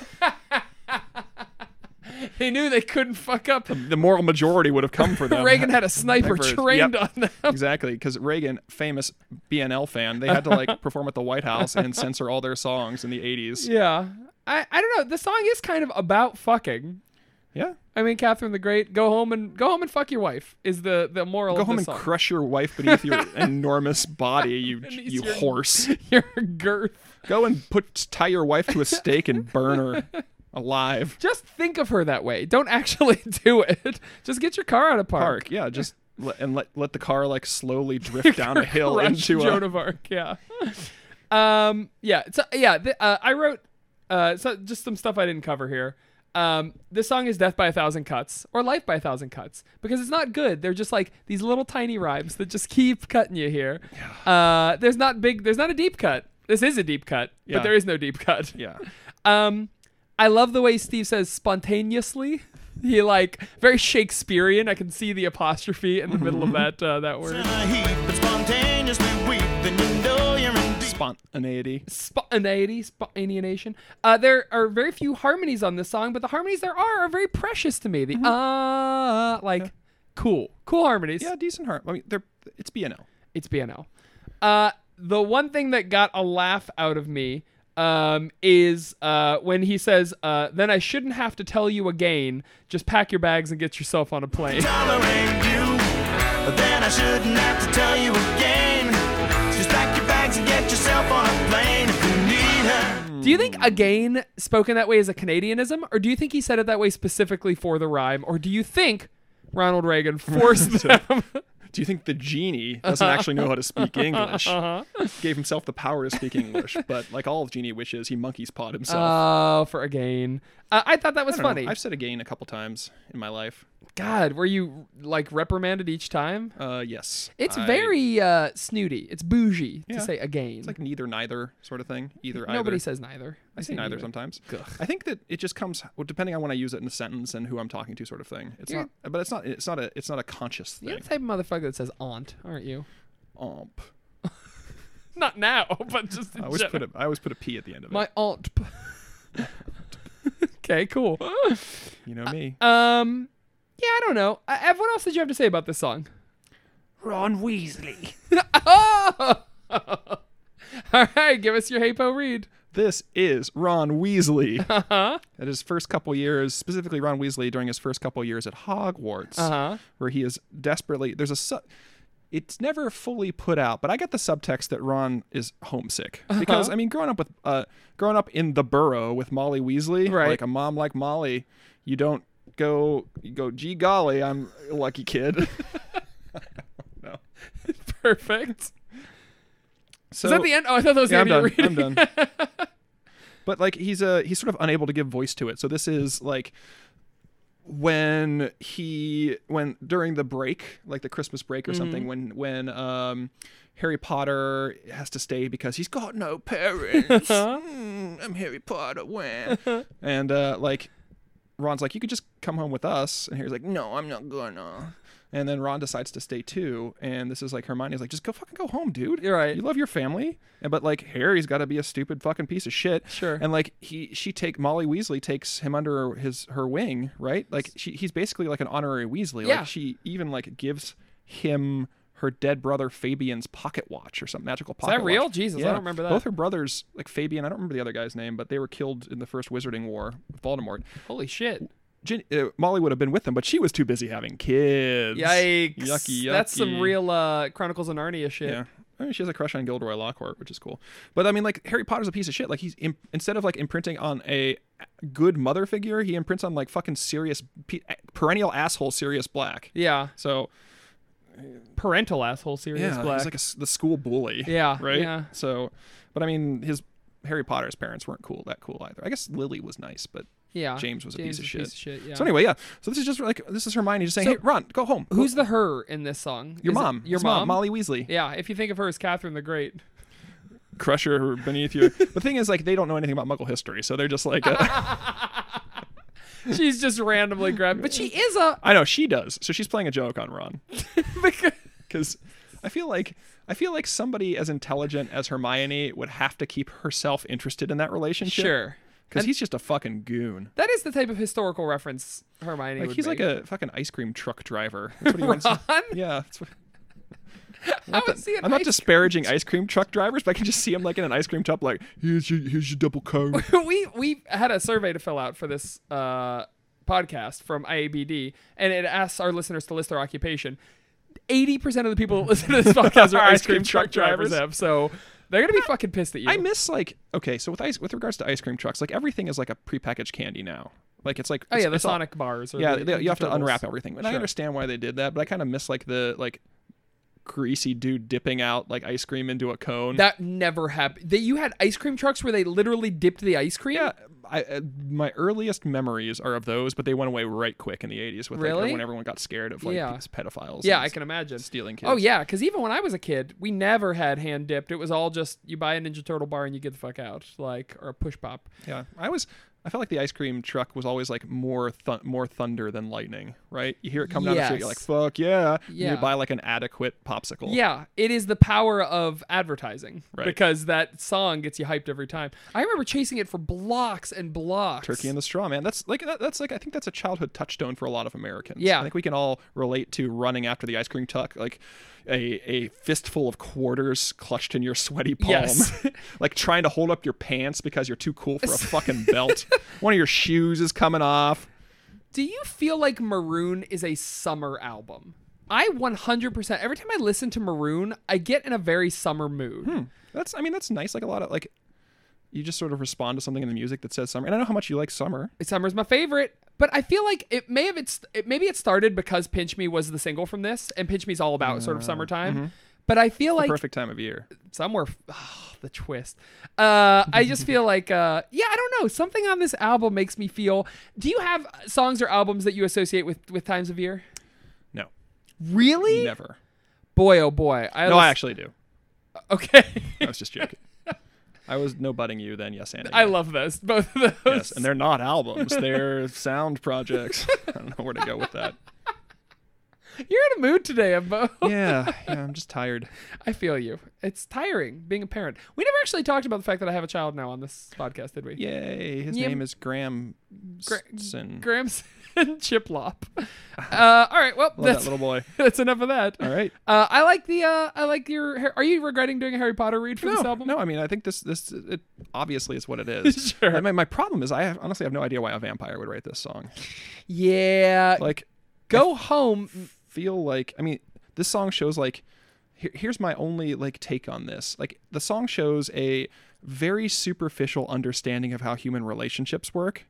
(laughs) they knew they couldn't fuck up. the moral majority would have come for them. Reagan (laughs) had a sniper Snipers, trained yep. on them. (laughs) exactly because Reagan, famous BNL fan, they had (laughs) to like perform at the White House and censor all their songs in the '80s. Yeah. I, I don't know. The song is kind of about fucking. Yeah. I mean, Catherine the Great, go home and go home and fuck your wife is the the moral. Go of home the and song. crush your wife beneath your (laughs) enormous body, you Beneath you your- (laughs) horse. (laughs) your girth. Go and put tie your wife to a stake and (laughs) burn her alive. Just think of her that way. Don't actually (laughs) do it. Just get your car out of park. Park, yeah, just let, and let let the car (laughs) like slowly drift down a hill Crush into Joan a. of Arc. Yeah. (laughs) um. Yeah. So yeah. th- uh, I wrote uh so just some stuff I didn't cover here. Um, this song is "Death by a Thousand Cuts" or "Life by a Thousand Cuts" because it's not good. They're just like these little tiny rhymes that just keep cutting you here. Uh, there's not big. There's not a deep cut. This is a deep cut, Yeah. but there is no deep cut. (laughs) Yeah, Um, I love the way Steve says spontaneously. (laughs) He like very Shakespearean. I can see the apostrophe in the middle (laughs) of that uh, that word. in a heap and spontaneously weep, then you know you're in deep. spontaneity. Spontaneity, spontaneation. Uh, there are very few harmonies on this song, but the harmonies there are are very precious to me. The uh, like cool, cool harmonies. Yeah, decent heart. I mean, they're it's BNL. It's BNL. Uh, the one thing that got a laugh out of me um, is uh, when he says, uh, "Then I shouldn't have to tell you again. Just pack your bags and get yourself on a plane." tolerate you. Then I shouldn't have to tell you again. Just pack your bags and get yourself on a plane if you need her. Do you think again spoken that way is a Canadianism, or do you think he said it that way specifically for the rhyme, or do you think Ronald Reagan forced them? Do you think the genie (laughs) doesn't actually know how to speak English? Uh-huh. Gave himself the power to speak English, but like all genie wishes, he monkey's pawed himself. Oh, for again. Uh, I thought that was I don't know. funny. I've said again a couple times in my life. God, were you like reprimanded each time? Uh, yes. It's I- very uh, snooty. It's bougie Yeah. to say again. It's like neither, neither sort of thing. Either, either. Nobody says neither. I say neither sometimes. Gah. I think that it just comes well, depending on when I use it in a sentence and who I'm talking to, sort of thing. It's You're- not, but it's not, it's not a, it's not a conscious thing. You're the type of motherfucker that says aunt, aren't you? Omp. Not (laughs) now, but just in I always general. put a, I always put a p at the end (laughs) of my it. aunt. (laughs) okay, (laughs) cool. You uh, know me. Um, yeah, I don't know. Uh, Ev, what else did you have to say about this song? Ron Weasley. (laughs) Oh! (laughs) All right, give us your Hapo read. This is Ron Weasley. (laughs) Uh-huh. At his first couple years, specifically Ron Weasley during his first couple years at Hogwarts, Uh-huh. where he is desperately there's a su- it's never fully put out, but I got the subtext that Ron is homesick Uh-huh. because I mean, growing up with uh, growing up in the Burrow with Molly Weasley, Right. like a mom like Molly, you don't go you go gee golly, I'm a (laughs) lucky kid. (laughs) Perfect. So Is that the end? Oh, I thought that was Yeah, I'm the end of done. your I'm reading. done. but like he's a he's sort of unable to give voice to it. So this is like when he when during the break, like the Christmas break or something, when when um Harry Potter has to stay because he's got no parents. Mm, I'm Harry Potter, when and uh like Ron's like, you could just come home with us. And Harry's like, no, I'm not gonna. And then Ron decides to stay too. And this is like Hermione's like, just go fucking go home, dude. You're right. You love your family. And but like Harry's got to be a stupid fucking piece of shit. Sure. And like he, she take Molly Weasley takes him under his her wing, right? Like she, he's basically like an honorary Weasley. Yeah. Like she even like gives him her dead brother Fabian's pocket watch or some magical pocket. watch. real? Jesus, I don't remember that. Both her brothers, like Fabian, I don't remember the other guy's name, but they were killed in the first Wizarding War with Voldemort. (laughs) Holy shit. Gin- uh, Molly would have been with them, but she was too busy having kids. Yikes. Yucky, That's some yucky. real uh, Chronicles of Narnia shit. Yeah. I mean, she has a crush on Gilderoy Lockhart, which is cool. But I mean, like Harry Potter's a piece of shit. Like he's imp- instead of like imprinting on a good mother figure, he imprints on like fucking serious pe- perennial asshole Sirius Black. Yeah. So Parental asshole serious yeah, black. he's like a s the school bully. (laughs) Yeah, right. yeah. So, but I mean, his Harry Potter's parents weren't cool that cool either. I guess Lily was nice, but yeah. James was a piece of shit. yeah. So anyway, yeah. So this is just like this is Hermione just saying, So- "Hey, Ron, go home." who's the her in this song? your Is it mom? Your His mom? Molly Weasley. Yeah. If you think of her as Catherine the (laughs) Great. Crusher (laughs) beneath you. the thing is, like, they don't know anything about Muggle history, so they're just like, uh, She's just randomly grabbed, but she is (laughs) a (laughs) I know she does. So she's playing a joke on Ron because because I feel like I feel like somebody as intelligent as Hermione would have to keep herself interested in that relationship. sure because he's just a fucking goon. that is the type of historical reference Hermione. Like would he's (laughs) like make. a fucking ice cream truck driver. That's what (laughs) he wants. Ron. Yeah. That's what, I would see an I'm not ice- disparaging ice cream truck drivers, but I can just see him like in an ice cream truck, like here's your here's your (laughs) double cone. we we had a survey to fill out for this uh, podcast from IABD, and it asks our listeners to list their occupation. Eighty percent of the people that listen (laughs) to this podcast are ice cream truck drivers, Ev, so they're gonna be fucking pissed at you. I miss like okay, so with ice with regards to ice cream trucks, like everything is like a prepackaged candy now. Like it's like oh yeah, the it's, it's all- Sonic bars. Or yeah, the, they- you have to Ninja unwrap Turtles. everything, and I understand why they did that, but I kind of miss like the like greasy dude dipping out like ice cream into a cone. That never happened. That you had ice cream trucks where they literally dipped the ice cream. yeah, I, uh, my earliest memories are of those, but they went away right quick in the '80s with Really? like, when everyone got scared of like Yeah. these pedophiles. Yeah, and I can imagine. stealing kids. Oh yeah, because even when I was a kid, we never had hand dipped. It was all just you buy a Ninja Turtle bar and you get the fuck out, like or a push pop. Yeah, I was. I felt like the ice cream truck was always like more th- more thunder than lightning, right? You hear it come down the street, you're like, Yes. "Fuck yeah!" and Yeah. You buy like an adequate popsicle. Yeah, it is the power of advertising Right. because that song gets you hyped every time. I remember chasing it for blocks and blocks. Turkey in the straw, man. That's like that, that's like I think that's a childhood touchstone for a lot of Americans. Yeah. I think we can all relate to running after the ice cream truck, like a a fistful of quarters clutched in your sweaty palm, Yes. (laughs) like trying to hold up your pants because you're too (laughs) cool for a fucking belt. One of your shoes is coming off. Do you feel like Maroon is a summer album? I 100% every time I listen to Maroon, I get in a very summer mood. Hmm. That's I mean that's nice. Like a lot of like you just sort of respond to something in the music that says summer. And I know how much you like summer. Summer's my favorite, but I feel like it may have it's it, maybe it started because Pinch Me was the single from this, and Pinch Me's all about sort of Uh, summertime. mm-hmm. But I feel like Perfect time of year. somewhere oh, the twist. Uh, I just feel (laughs) like uh, yeah, I don't know. Something on this album makes me feel. Do you have songs or albums that you associate with with times of year? No. Really? Never. Boy, oh boy. I No, I lis- actually do. okay. (laughs) I was just joking. I was no butting you then, yes, Andy. I love those both of those. Yes, and they're not albums; they're (laughs) sound projects. (laughs) I don't know where to go with that. You're in a mood today, Embo. (laughs) Yeah, yeah, I'm just tired. (laughs) I feel you. It's tiring being a parent. We never actually talked about the fact that I have a child now on this podcast, did we? Yay! His Yeah. name is Graham. Gra- Gra- Gramps (laughs) and (laughs) Chiplop. Uh, all right. Well, Love that that's little boy. (laughs) that's enough of that. All right. Uh, I like the uh, I like your. Har- Are you regretting doing a Harry Potter read for this No, album? no. I mean, I think this this it obviously is what it is. (laughs) Sure. I mean, my problem is I have, honestly have no idea why a vampire would write this song. Yeah. Like, go home. feel like I mean, this song shows like here, here's my only like take on this. Like, the song shows a very superficial understanding of how human relationships work.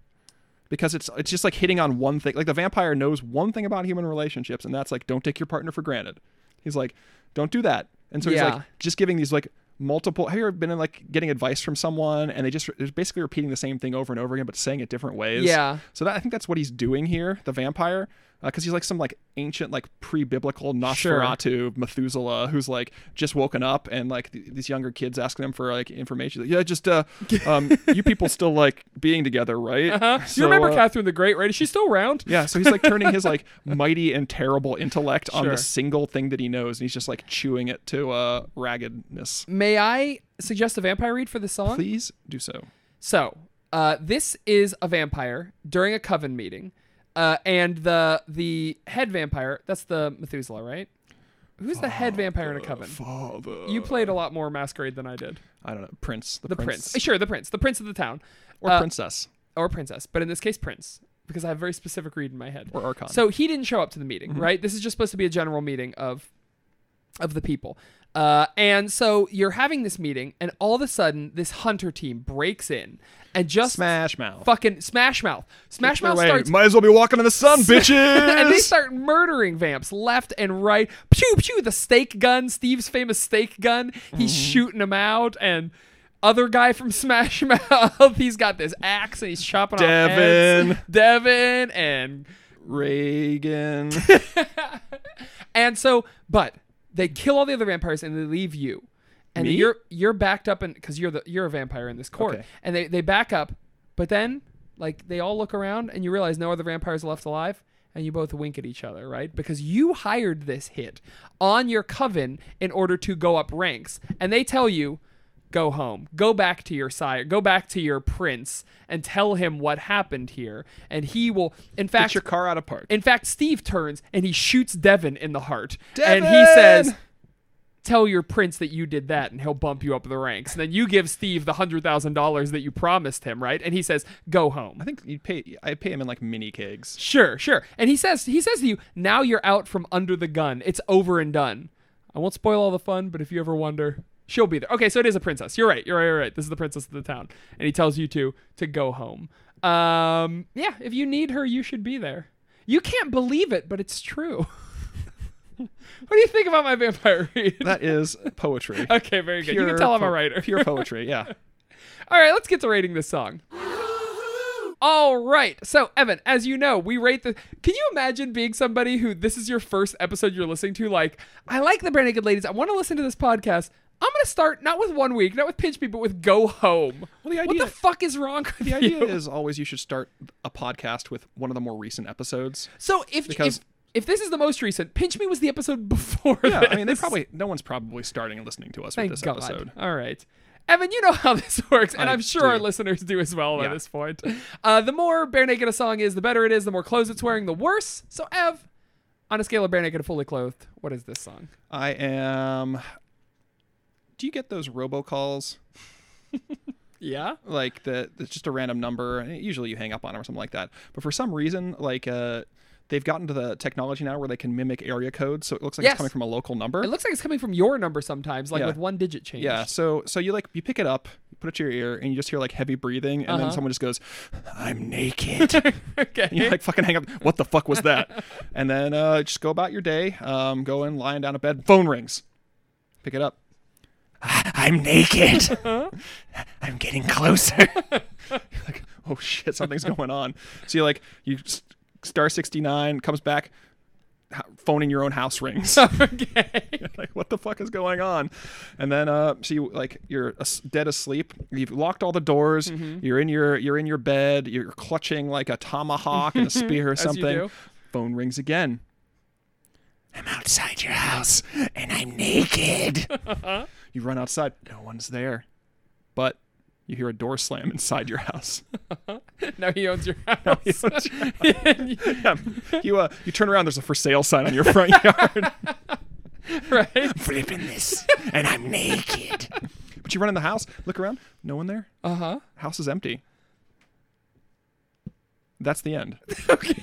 because it's it's just like hitting on one thing. Like the vampire knows one thing about human relationships, and that's like don't take your partner for granted. He's like, don't do that. And so he's Yeah. like just giving these like multiple. Have you ever been in like getting advice from someone and they just they're basically repeating the same thing over and over again, but saying it different ways? Yeah. So that I think that's what he's doing here, the vampire, because he's like some like ancient like pre-biblical Nosferatu Methuselah who's like just woken up and like th- these younger kids asking him for like information. Like, yeah, (laughs) just uh, um, you people still like being together, right? Huh? So, Uh-huh. you remember uh, Catherine the Great, right? Is she still around? yeah, so he's like turning his like mighty and terrible intellect on Sure. the single thing that he knows, and he's just like chewing it to uh raggedness. May I suggest a vampire read for this song? Please do so. So, uh, this is a vampire during a coven meeting, uh, and the the head vampire. That's the Methuselah, right? Who's the head vampire in a coven? Father, You played a lot more Masquerade than I did. I don't know, Prince, the, The prince. prince. Sure, the prince. The prince of the town. or Uh, princess. or princess, but in this case, prince, because I have a very specific read in my head. Or Archon. Mm-hmm. So he didn't show up to the meeting, right? This is just supposed to be a general meeting of of the people. Uh, and so you're having this meeting, and all of a sudden, this hunter team breaks in and just Smash Mouth. fucking Smash Mouth. Smash Mouth Wait, starts. Might as well be walking in (laughs) the sun, bitches. and they start murdering vamps left and right. Pew pew, the steak gun, Steve's famous steak gun. He's Mm-hmm. shooting them out, and other guy from Smash (laughs) Mouth, he's got this axe and he's chopping off Devin. heads. Devin and (laughs) Reagan. And so, but they kill all the other vampires and they leave you. And Me? you're you're backed up and because you're the you're a vampire in this court. Okay. And they, they back up, but then like they all look around and you realize no other vampires are left alive, and you both wink at each other, right? Because you hired this hit on your coven in order to go up ranks, and they tell you, go home, go back to your sire, go back to your prince, and tell him what happened here, and he will. In fact, Get your car out of park. in fact, Steve turns and he shoots Devin in the heart. And he says, Devin! Tell your prince that you did that and he'll bump you up the ranks. And then you give Steve the $100,000 that you promised him, right? And he says, Go home. I think you pay. I pay him in like mini kegs. Sure, sure. And he says he says to you, now you're out from under the gun. It's over and done. I won't spoil all the fun, but if you ever wonder, she'll be there. Okay, so it is a princess. You're right. You're right. You're right. This is the princess of the town. And he tells you to to go home. Um, yeah, if you need her, you should be there. You can't believe it, but it's true. (laughs) what do you think about my vampire read? That is poetry. (laughs) okay, very good. you can tell I'm a po- writer. Pure (laughs) poetry. Yeah. All right, let's get to rating this song. All right. So, Evan, as you know, we rate the. Can you imagine being somebody who this is your first episode you're listening to? Like, I like the Brand Naked Ladies. I want to listen to this podcast. I'm going to start not with one week, not with Pinch Me, but with Go Home. Well, the what idea- the fuck is wrong with The idea you? is always you should start a podcast with one of the more (laughs) recent episodes. so, if, because- if if this is the most recent, Pinch Me was the episode before. Yeah, I mean, they this. probably no one's probably starting and listening to us Thank with this God. episode. All right. Evan, you know how (laughs) this works, and I I am sure our do. listeners do as well by Yeah. this point. Uh, the more bare naked a song is, the better it is. The more clothes it's wearing, the worse. So, Ev, on a scale of bare naked to fully clothed, what is this song? I am. Do you get those robocalls? Yeah. Like the it's just a random number. and Usually you hang up on them or something like that. But for some reason, like uh, they've gotten to the technology now where they can mimic area codes, so it looks like Yes. it's coming from a local number. It looks like it's coming from your number sometimes, like Yeah. with one digit change. yeah. So so you like you pick it up, you put it to your ear, and you just hear like heavy breathing, and Uh-huh. then someone just goes, "I'm naked." (laughs) (laughs) okay. you like fucking hang up. What the fuck was that? (laughs) and then uh, just go about your day. Um, go in, lying down in bed. Phone rings. Pick it up. (laughs) I'm naked. I'm getting (laughs) closer. Like, oh shit, something's (laughs) going on. So you like you s- star sixty nine comes back. h- Phone in your own house (laughs) rings. (laughs) okay. like what the fuck is going on? And then uh, so you like you're as- dead asleep. You've locked all the doors. Mm-hmm. You're in your you're in your bed. You're clutching like a tomahawk and (laughs) a spear or you something. do. Phone rings again. I'm outside your house and I'm (laughs) naked. You run outside, no one's there. But you hear a door slam inside (laughs) your house. Now he owns (laughs) your house. (laughs) you uh, you turn around, there's a for sale sign on your (laughs) front yard. right? Flipping this. And I'm naked. (laughs) but you run in the house, look around, no one there. Uh huh. House is empty. That's the end. Okay.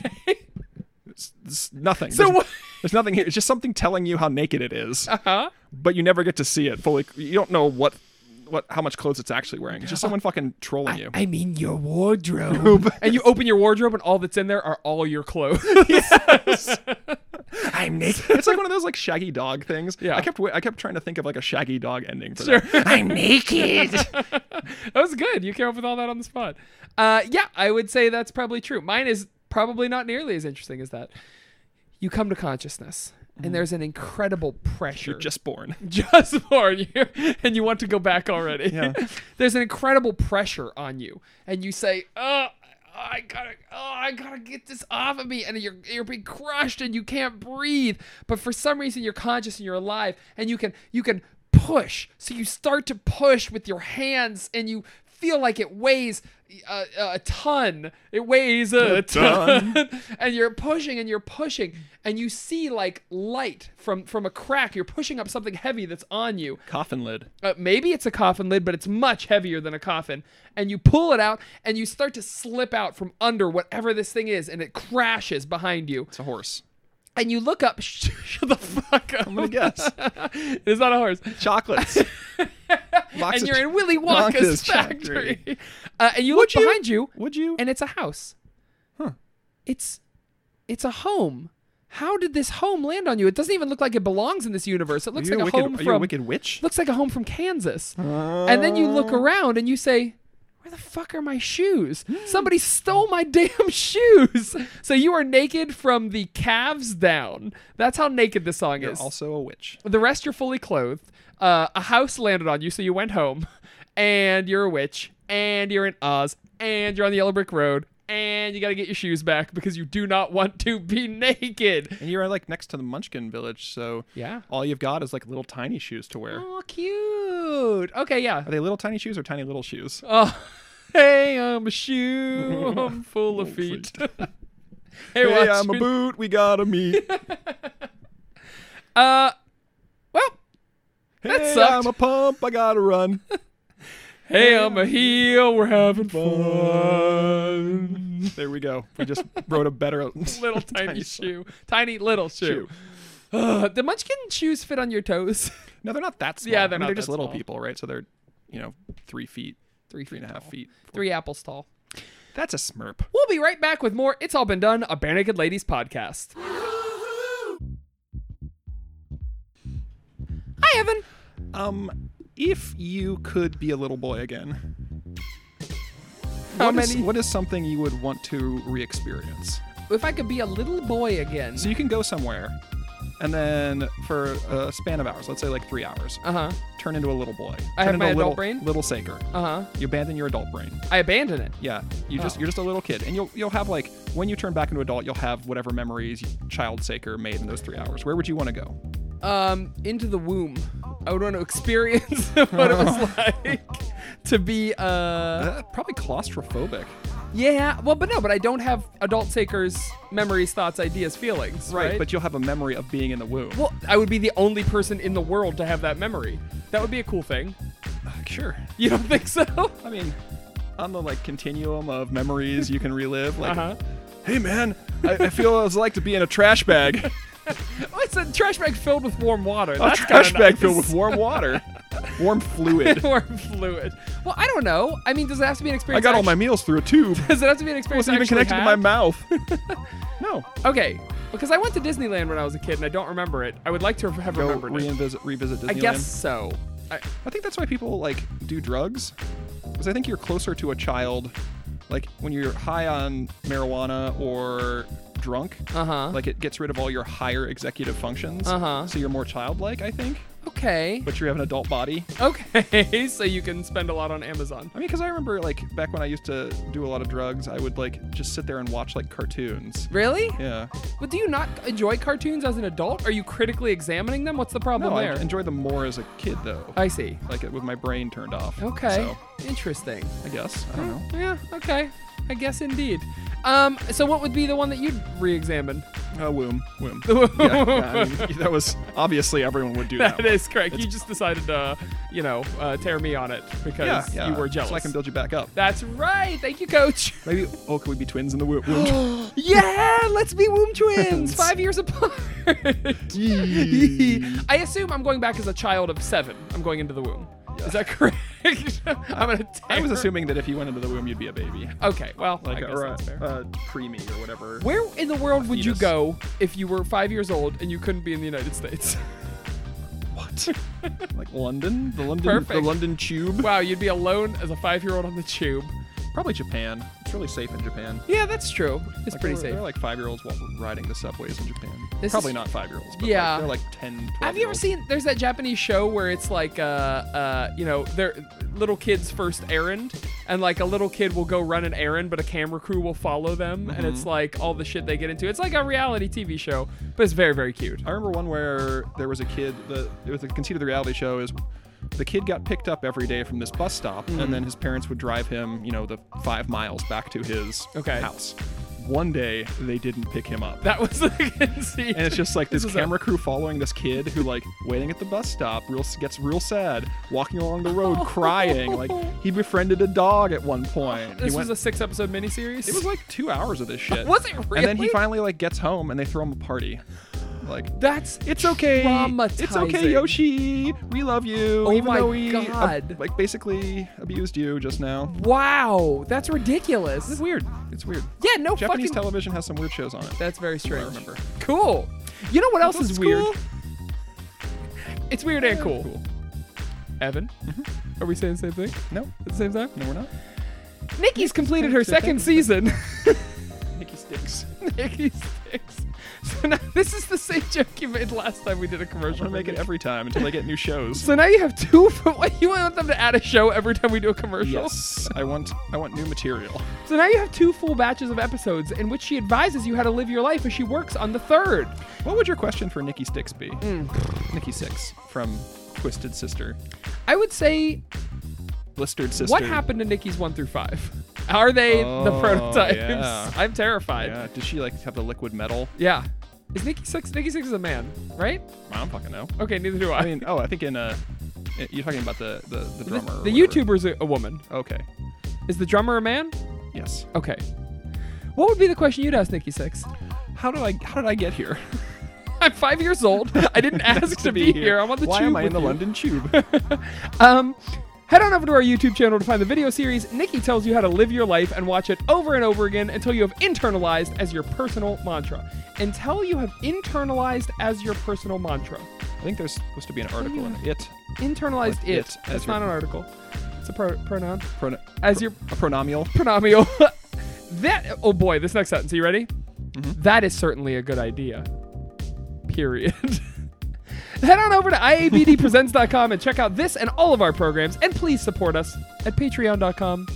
It's, it's nothing. So there's, what- there's nothing here. It's just something telling you how naked it is, Ah. Huh? but you never get to see it fully. You don't know what what how much clothes it's actually wearing. It's just someone fucking trolling you. I mean your (laughs) wardrobe. and you open your wardrobe, and all that's in there are all your clothes. (laughs) I'm naked. it's like one of those like shaggy dog things. Yeah. I kept wa- I kept trying to think of like a shaggy dog ending for that. (laughs) I'm naked. That was good. You came up with all that on the spot. Uh, yeah, I would say that's probably true. Mine is probably not nearly as interesting as that. You come to consciousness, and there's an incredible pressure. Mm-hmm. You're (laughs) just born. (laughs) just born you, and you want to go back already. Yeah. (laughs) there's an incredible pressure on you, and you say, "Oh, I gotta, oh, I gotta get this off of me," and you're you're being crushed, and you can't breathe. But for some reason, you're conscious and you're alive, and you can you can push. So you start to push with your hands, and you feel like it weighs a, a ton. It weighs a, ton. (laughs) and you're pushing and you're pushing, and you see like light from from a crack. You're pushing up something heavy that's on you. Coffin lid. Uh, maybe it's a coffin lid, but it's much heavier than a coffin. And you pull it out, and you start to slip out from under whatever this thing is, and it crashes behind you. It's a horse. and you look up. (laughs) Shut the fuck up. I'm gonna (laughs) guess It's not a horse. (laughs) chocolates. and Box of you're ch- in Willy Wonka's, Wonka's factory. factory. (laughs) Uh, and you look you? behind you, Would you? and it's a house. Huh. It's it's a home. How did this home land on you? It doesn't even look like it belongs in this universe. It are looks you like a a wicked, home are from you a wicked Uh, witch? looks like a home from Kansas. and then you look around and you say, "Where the fuck are my shoes? Hmm. Somebody stole my (laughs) damn shoes." So you are naked from the calves down. That's how naked this song You're is. also a witch. The rest you're fully clothed. Uh, a house landed on you, so you went home, (laughs) and you're a witch, and you're in Oz, and you're on the yellow brick road, and you gotta get your shoes back because you do not want to be (laughs) naked. And you're like next to the Munchkin village, so Yeah. all you've got is like little tiny shoes to wear. Oh, cute. Okay, yeah. Are they little tiny shoes or tiny little shoes? Oh, (laughs) hey, I'm a shoe. I'm full (laughs) of (laughs) feet. hey, hey, watch I'm a your- boot. (laughs) We gotta meet. hey, Uh, well, I'm sucked. a pump. I gotta run. hey, I'm a heel. We're (laughs) having fun. there we go. We just wrote a (laughs) better little tiny, song. shoe, tiny little shoe. Shoe. Ugh, the Munchkin shoes fit on your toes. (laughs) No, they're not that small. Yeah, I they're mean, not they're just that little small. people, right? So they're, you know, three feet, Three, three and a half tall. feet. three apples tall. That's a smirp. We'll be right back with more. It's all been done. A bare naked ladies podcast. Hi, Evan. Um, if you could be a little boy again, How what is- many? what is something you would want to re-experience? if I could be a little boy again. So you can go somewhere, and then for a span of hours, let's say like three hours, Uh huh. turn into a little boy. I Turn have into my a adult little, brain? Little Saker. Uh huh. You abandon your adult brain. I abandon it. Yeah, you just Oh. you're just a little kid, and you'll you'll have like when you turn back into adult, you'll have whatever memories child Saker made in those three hours. Where would you want to go? Um, into the womb. I would want to experience (laughs) what it (laughs) was like to be uh Uh, probably claustrophobic. Yeah, well, but no, but I don't have adult takers' memories, thoughts, ideas, feelings, right? But you'll have a memory of being in the womb. well, I would be the only person in the world to have that memory. That would be a cool thing. sure. You don't think so? (laughs) I mean, on the like continuum of memories you can relive, like, Uh-huh. hey man, I, I feel what it's like to be in a (laughs) trash bag. Oh, it's a trash bag filled with warm water. a That's trash kinda bag nice. filled with warm water, warm (laughs) fluid. warm fluid. Well, I don't know. I mean, does it have to be an I experience? got all act- my meals through a (laughs) tube. It Does it have to be an experience? wasn't even I actually connected to my have? mouth. (laughs) no. Okay, because I went to Disneyland when I was a kid and I don't remember it. I would like to have Go remembered it. reinvisit, revisit Disneyland. I guess so. I, I think that's why people like do drugs, because I think you're closer to a child. Like when you're high on marijuana or drunk, Uh-huh. like it gets rid of all your higher executive functions. Uh-huh. So you're more childlike, I think, okay. but you have an adult body. Okay, (laughs) so you can spend a lot on Amazon. I mean, because I remember like back when I used to do a lot of drugs, I would like just sit there and watch like cartoons. Really? Yeah. But do you not enjoy cartoons as an adult? Are you critically examining them? What's the problem No, there? I enjoyed them more as a kid though. I see. like it with my brain turned off. Okay. So Interesting. I guess I don't know. Yeah, okay. I guess indeed. Um, so what would be the one that you'd re-examine? Uh, womb, womb. yeah, yeah, I mean, (laughs) that was obviously everyone would do (laughs) that. That one. is correct. you just decided to, you know, uh, tear me on it Yeah, because yeah. you were jealous. So I can build you back up. That's right. Thank you, coach. Maybe oh, could we be twins in the womb? (gasps) womb? (laughs) yeah, let's be womb twins, (laughs) five years apart. I assume I'm going back as a child of seven. I'm going into the womb. Is that correct? (laughs) I'm gonna. I was tear- assuming that if you went into the womb, you'd be a baby, Okay, well, Oh, I like guess or a, that's fair. a preemie or whatever. Where in the world would you fetus. go if you were five years old and you couldn't be in the United States? What? (laughs) like London, the London, the Perfect. London Tube. wow, you'd be alone as a five-year-old on the tube. Probably Japan. It's really safe in Japan. Yeah, that's true. It's Like, pretty they're- safe. They're like five-year-olds while riding the subways in Japan. This Probably is- not five-year-olds, but Yeah. like, they're like 10, 12 Have you ever seen? There's that Japanese show where it's like, uh, uh, you know, their little kid's first errand, and like a little kid will go run an errand, but a camera crew will follow them, and Mm-hmm. it's like all the shit they get into. It's like a reality TV show, but it's very, very cute. I remember one where there was a kid. The it was the conceit of the reality show is the kid got picked up every day from this Mm-hmm. bus stop, and then his parents would drive him, you know, the five miles back to his Okay. house. one day they didn't pick him up. That was (laughs) the conceit. and it's just (laughs) like this, is a- camera crew following this kid who like waiting at the bus stop real gets real sad walking along the (laughs) road crying like he befriended a dog at one point this he went, was a six episode miniseries. it was like two hours of this shit (laughs) Was it and then he really? finally like gets home and they throw him a party like that's it's okay it's okay traumatizing. yoshi we love you Oh even my though we uh, God. like basically abused you just now Wow, that's ridiculous. it's weird it's weird Yeah, no japanese fucking. television has some weird shows on it that's very strange. remember. Cool. You know what else That's is weird? cool. It's weird and cool. Cool. Evan, are we saying the same thing no at the same time? no we're not Nikki's completed her Nikki's second season. (laughs) Nikki sticks Nikki sticks. So now (laughs) this is the same joke you made last time we did a commercial. I'm gonna make for it Nikki. every time until they get new (laughs) shows. So now you have two. For what you want them to add a show every time we do a commercial. Yes, I want I want new material. So now you have two full batches of episodes in which she advises you how to live your life as she works on the third. What would your question for Nikki Sticks be? Hmm. Nikki Six from Twisted Sister, I would say, Blistered Sister. what happened to Nikki's one through five? Are they the Oh, prototypes? yeah. (laughs) I'm terrified. Yeah, did she like have the liquid metal? Yeah. Is Nikki Six? Nikki Six is a man, right? I don't fucking know. Okay, neither do I. I mean, oh, I think in uh, i- you're talking about the the, the, the drummer. or the whatever. YouTuber's a, a woman. Okay. Is the drummer a man? Yes. Okay. What would be the question you'd ask Nikki Six? How do I how did I get here? I'm five years old. I (laughs) didn't (laughs) ask to be here. I'm on the Why tube am I with in the you. London (laughs) Tube? Um, head on over to our YouTube channel to find the video series. Nikki tells you how to live your life and watch it over and over again until you have internalized as your personal mantra. Until you have internalized as your personal mantra. I think there's supposed to be an article in it. Internalized Like it. it as That's your- not an article. It's a pro- pronoun. Prono- As pro- your- a pronomial. Pronomial. oh, (laughs) that. Oh boy, this next sentence. Are you ready? Mm-hmm. That is certainly a good idea. Period. (laughs) Head on over to iabdpresents.com and check out this and all of our programs, and please support us at patreon.com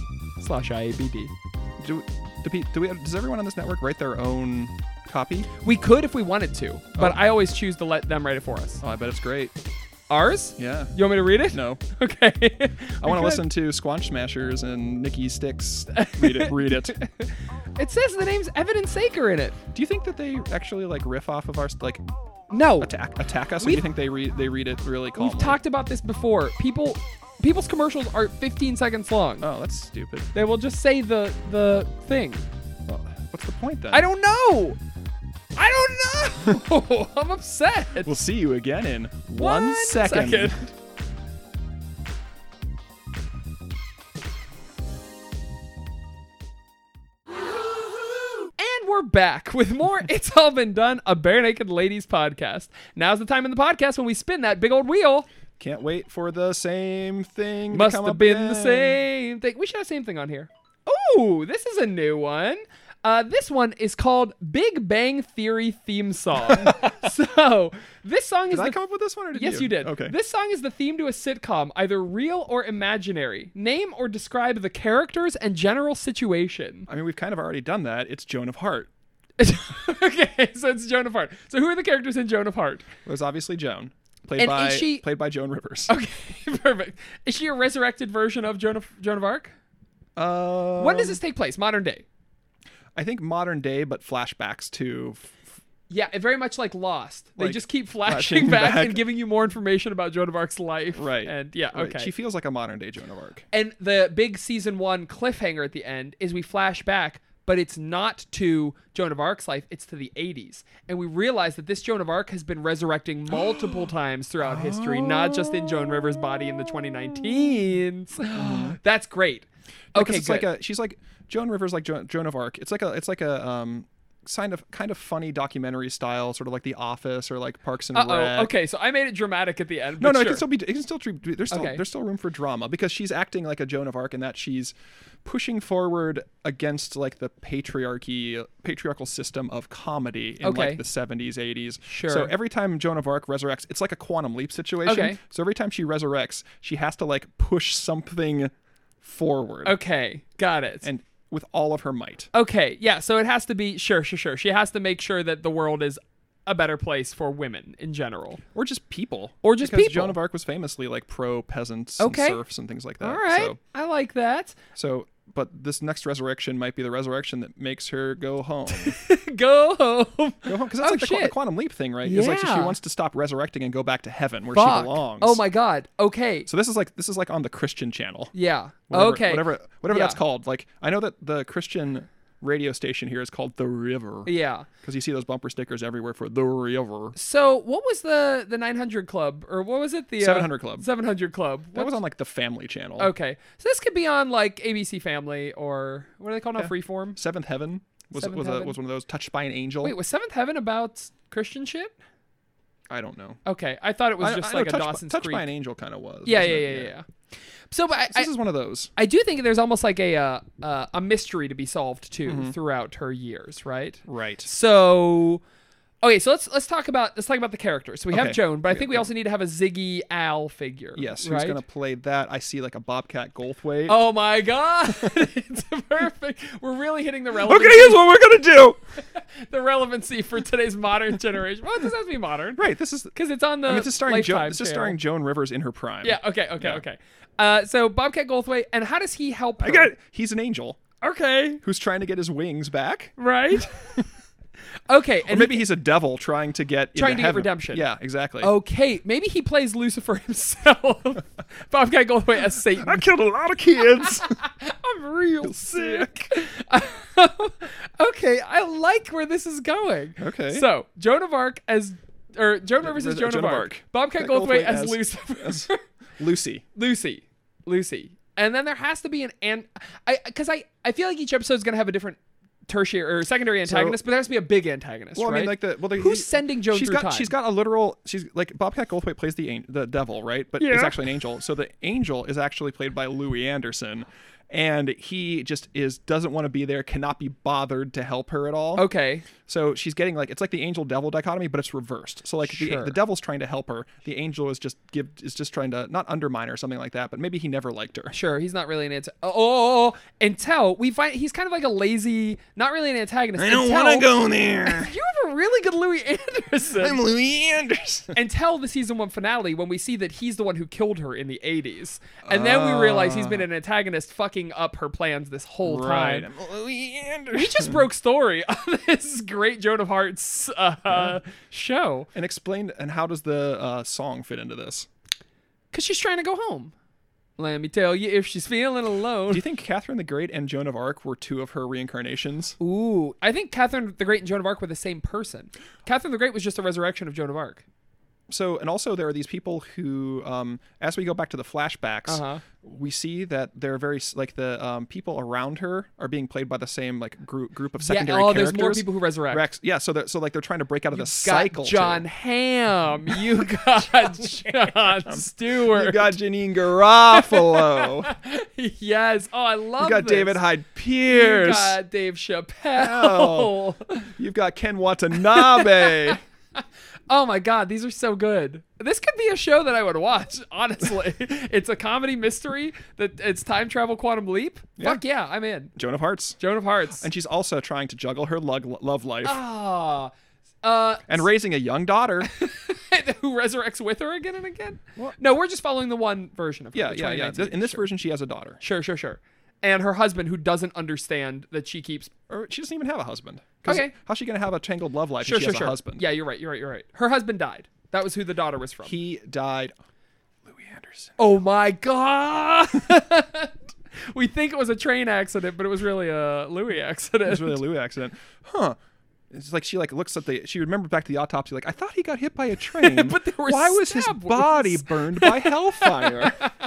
slash iabd. Do do, pe- do we does everyone on this network write their own copy? We could if we wanted to, but I always choose to let them write it for us. Oh, I bet it's great. Ours? Yeah. You want me to read it? No. (laughs) Okay. I We want to could. listen to Squanch Smashers and Nikki Sticks. Read (laughs) it. Read it. Do It says the name's Evan and Saker in it. you think that they actually like riff off of our like No. attack attack us? Or do We've- you think they read they read it really calmly? We've talked about this before. People people's commercials are 15 seconds long. Oh, that's stupid. They will just say the the thing. Well, what's the point then? I don't know. I don't know. (laughs) I'm upset. We'll see you again in one second. And we're back with more It's All Been Done, a Bare Naked Ladies podcast. Now's the time in the podcast when we spin that big old wheel. Can't wait for the same thing. to Must come have up been the again. same thing. We should have same thing on here. Oh, this is a new one. Uh, this one is called Big Bang Theory theme (laughs) song. so this song is Did I the come up with this one or did yes you? did. Okay. This song is the theme to a sitcom, either real or imaginary. Name or describe the characters and general situation. (laughs) I mean, we've kind of already done that. It's Joan of Heart. okay, so it's Joan of Arc. So who are the characters in Joan of Arc? (laughs) It was obviously Joan, played And by is she- played by Joan Rivers. Okay, perfect. Is she a resurrected version of Joan of Joan of Arc? Uh, When does this take place? Modern day. I think modern day, but flashbacks to Yeah, it very much like Lost. They Like, just (laughs) keep flashing, flashing back, back. and giving you more information about Joan of Arc's life. right And yeah, Right. okay. She feels like a modern day Joan of Arc. and the big season one cliffhanger at the end is we flash back, but it's not to Joan of Arc's life, it's to the 80s. And we realize that this Joan of Arc has been resurrecting (gasps) multiple times throughout history, not just in Joan Rivers' body in the (gasps) 2019s. That's great. Because Okay, it's like good. a she's like Joan Rivers, like Joan, Joan of Arc. It's like a it's like a um kind of kind of funny documentary style, sort of like The Office or like Parks and Uh-oh, Rec. okay, so I made it dramatic at the end. No, but no, it sure. can still be. It can still tre- There's still Okay. there's still room for drama because she's acting like a Joan of Arc in that she's pushing forward against like the patriarchy patriarchal system of comedy in Okay. like the 70s 80s. Sure. So every time Joan of Arc resurrects, it's like a quantum leap situation. Okay. So every time she resurrects, she has to like push something forward. Okay, got it. And with all of her might. Okay, yeah, so it has to be sure, sure, sure. She has to make sure that the world is a better place for women in general. Or just people. Or just because people. Joan of Arc was famously like pro peasants Okay. and serfs and things like that. All right, So, I like that. so but this next resurrection might be the resurrection that makes her (laughs) go home. (laughs) Go home. Go home because that's Oh, like the, qu- the shit. quantum leap thing, right? It's like she Yeah. wants to stop resurrecting and go back to heaven where she Fuck. belongs. Oh my god. Okay. So this is like this is like on the Christian channel. yeah. Whatever, okay. Whatever whatever that's Yeah. called. Like I know that the Christian radio station here is called the River Yeah. because you see those bumper stickers everywhere for the River. So what was the the 900 club or what was it the uh, 700 Club. 700 club. That What- was on like the Family Channel. okay. So this could be on like ABC Family or what are they called now? Freeform. Seventh Heaven was Seventh was, Heaven. A, was one of those touched by an angel. Wait, was Seventh Heaven about Christian shit? I don't know. Okay, I thought it was I- just I know like a touched, by- Dawson's touched Creek. by an angel kind of was. yeah, wasn't yeah, yeah, it? yeah, yeah. So, but I, This I, is one of those. I do think there's almost like a uh, uh, a mystery to be solved too Mm-hmm. throughout her years, right? Right. So, okay, so let's let's talk about let's talk about the characters. So we have Okay. Joan, but I Yeah, think we yeah. also need to have a Ziggy Al figure. Yes, right? who's gonna play that? I see like a Bobcat Goldthwait. Oh my (laughs) God! it's perfect. We're really hitting the Okay, relevancy, here's what we're gonna do. the relevancy for today's modern generation. Well, it doesn't have to be modern, Right. This is. Because it's on the I mean, this is starring Lifetime Joan. This is channel. starring Joan Rivers in her prime. Yeah. Okay. Okay. Yeah. Okay. Uh, so Bobcat Goldthwait, and how does he help? I got. He's an angel Okay. who's trying to get his wings back. Right. (laughs) okay. Or And maybe he's a devil trying to get into Trying to get heaven. redemption. Oh. Yeah, exactly. okay. Maybe he plays Lucifer (laughs) himself. Bobcat Goldthwait as (laughs) Satan. I killed a lot (laughs) of kids. I'm real sick. (laughs) okay. I like where this is going. Okay. So Joan of Arc as. Or Joan Rivers is Ri- Joan, Joan of of Arc. Arc. Bobcat Bobcat Goldthwait, Goldthwait as, as- Lucifer. as- Lucy. (laughs) Lucy, Lucy, and then there has to be an and I because I I feel like each episode is gonna have a different tertiary or secondary antagonist, but there has to be a big antagonist. Well, right? I mean, like the well, they- who's he- sending Joan She's through got time? she's got a literal. She's like Bobcat Goldthwait plays the an- the devil, right? But it's Yeah. actually an angel. So the angel is actually played by Louis Anderson, and he just is doesn't want to be there, cannot be bothered to help her at all. okay, So she's getting like it's like the angel devil dichotomy, but it's reversed. So like Sure. the, the devil's trying to help her, the angel is just give is just trying to not undermine her or something like that. But maybe he never (laughs) liked her. sure, he's not really an anti. Oh, oh, oh, oh, until we find he's kind of like a lazy, not really an antagonist. I wanna go (laughs) there. You have a really good Louis Anderson. Louis Anderson. until the season one finale when we see that he's the one who killed her in the 80s. And then we realize he's been an antagonist fucking up her plans this whole Right. (laughs) time. Louis Anderson. He just broke story (laughs) on this great Joan of Hearts uh, show And explain and how does the uh, song fit into this? because she's trying to go home. Let me tell you, if she's feeling Do alone, you think Catherine the Great and Joan of Arc were two of her reincarnations? ooh, I think Catherine the Great and Joan of Arc were the same person. Catherine the Great was just a resurrection of Joan of Arc. so and also there are these people who um, as we go back to the flashbacks Uh-huh. we see that they're very s- like the um, people around her are being played by the same like group group of secondary oh, there's characters more people who resurrect. Rex- yeah so that so like they're trying to break out of the Got cycle too. John Ham. (laughs) You got John Stewart. you got Janine Garofalo (laughs) yes. Oh, I love. you got this. David Hyde You Pierce got Dave Chappelle. (laughs) you've got Ken Watanabe Oh my God, these are so good. This could be a show that I would watch. (laughs) Honestly, it's a comedy mystery that it's time travel, quantum leap. Fuck yeah, I'm in. Joan of Hearts Joan of Hearts. and she's also trying to juggle her lug- love life Ah, uh, and raising a young daughter (laughs) who resurrects with her again and again? No, we're just following the one version of her. yeah the yeah yeah 2019. in this version she has a daughter Sure, sure, sure. And her husband, who doesn't understand that she keeps or she doesn't even have a husband. 'Cause Okay. How's she gonna have a tangled love life sure, if she sure, has sure. a husband? Yeah, you're right. You're right. You're right. Her husband died. That was who the daughter was from. He died. Louis Anderson. oh my god! (laughs) we think it was a train accident, but it was really a Louis accident. It was really (laughs) a Louis accident. Huh. It's like she like looks at the she remembered back to the autopsy like I thought he got hit (laughs) by a train. But there were Why was his stab wounds. body burned (laughs) by hellfire? (laughs)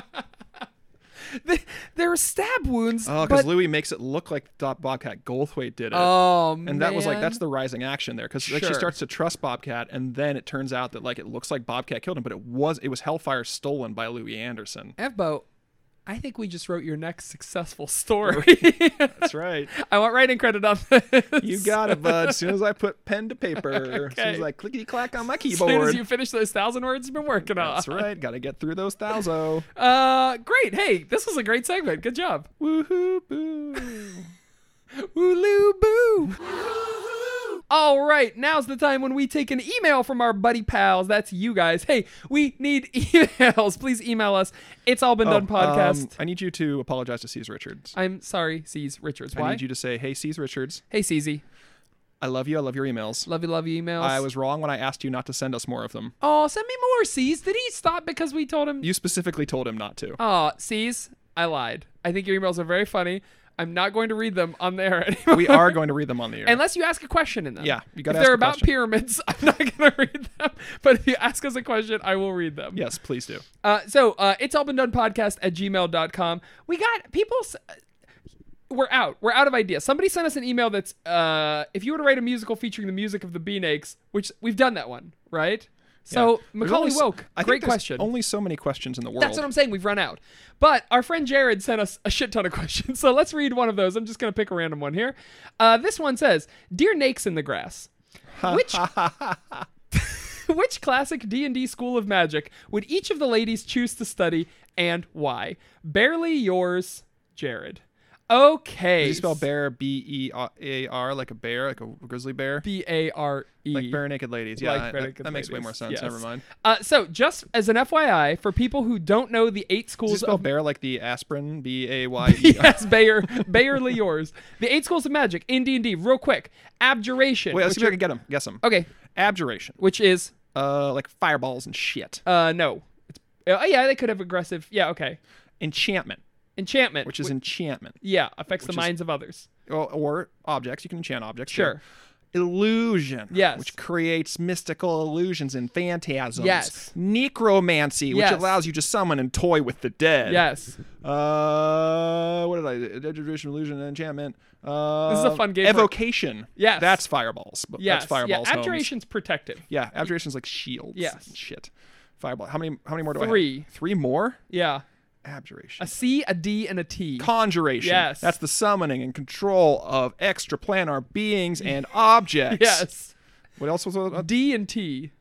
Th- there were stab wounds. oh, because but- Louis makes it look like Dot Bobcat Goldthwait did it. Oh, and that was like man. that's the rising action there because like Sure. she starts to trust Bobcat and then it turns out that like it looks like Bobcat killed him but it was it was Hellfire stolen by Louis Anderson. Evbo. I think we just wrote your next successful story. (laughs) That's right. I want writing credit on this. (laughs) You got it, bud. As soon as I put pen (laughs) to paper, as soon as Okay. I clickety clack on (laughs) my As soon as keyboard. you finish those thousand words you've been working on. That's right. Got to get through (laughs) those thouso. Uh, great. Hey, this was a great segment. Good job. Woohoo boo. Wooloo boo. All right, now's the time when we take an email from our buddy pals. That's you guys. Hey, we need (laughs) emails. Please email us. It's all been done podcast. Um, I need you to apologize to C's Richards. I'm sorry, C's Richards. I Why? need you to say, "Hey, C's Richards, hey, CZ. I love you. I love your emails. Love you, love you, emails. I was wrong when I asked you not to send us more of them. Oh, send me more C's. Did he stop because we told him? You specifically told him not to. Aw, C's, I lied. I think your emails are very funny. I'm not going to read them on the air (laughs) anymore. we are going to (laughs) read them on the air. Unless you ask a question in them. Yeah, you If gotta they're ask a about question. pyramids, (laughs) I'm not going to read them. But if you ask us a question, I will read them. yes, please do. Uh, so uh, it's all been done podcast at gmail.com. We got people. s- We're out. We're out of ideas. Somebody sent us an email that's uh, if you were to write a musical featuring the music of the Beanakes, which we've done that one, right? So There's Macaulay only s- Woke, I think great there's question. Only so many questions in the world. That's what I'm saying. We've run out. But our friend Jared sent us a shit ton of (laughs) questions. So let's read one of those. I'm just going to pick a random one here. Uh, this one says Dear Nakes in the (laughs) Grass, which. (laughs) Which classic D&D school of magic would each of the ladies choose to study and why? Barely yours, Jared. Okay. you spell bear B E A R like a bear, like a grizzly bear? B A R E. like bare naked ladies. Yeah, like I- Bare that- Naked that makes way Ladies. more sense. Yes. Never mind. Uh, so, just as an FYI, for people who don't know the eight Do you schools spell of bear like the aspirin? B (laughs) A Y E. yes, Bayer, Bayer yours. The eight schools of magic in D and D. Real quick, abjuration. Wait, let's which see if I are- can get them. Guess them. okay, Abjuration. which is Uh, like fireballs and shit. uh no. It's, oh yeah, they could have aggressive. Yeah, okay. enchantment, Enchantment, which is wh- enchantment, yeah affects the is- minds of others. or, or objects. You can enchant objects. too. Sure. Illusion, Yes. which creates mystical illusions and phantasms. Yes. Necromancy, Yes. which allows you to summon and toy with the dead. Yes. Uh, what did I? Degradation, illusion, and enchantment. Uh, is a fun game for- Evocation. Yes. That's fireballs. but Yes. That's fireballs. yeah. homes. Abjuration's protective. Yeah. Abjuration's like shields. Yes. and Shit. Fireball. How many? How many more do I Three. have? Three more. Yeah. Abjuration. A C, a D, and a T. conjuration. Yes. That's the summoning and control of extraplanar beings (laughs) and objects. yes. What else was uh, D and T.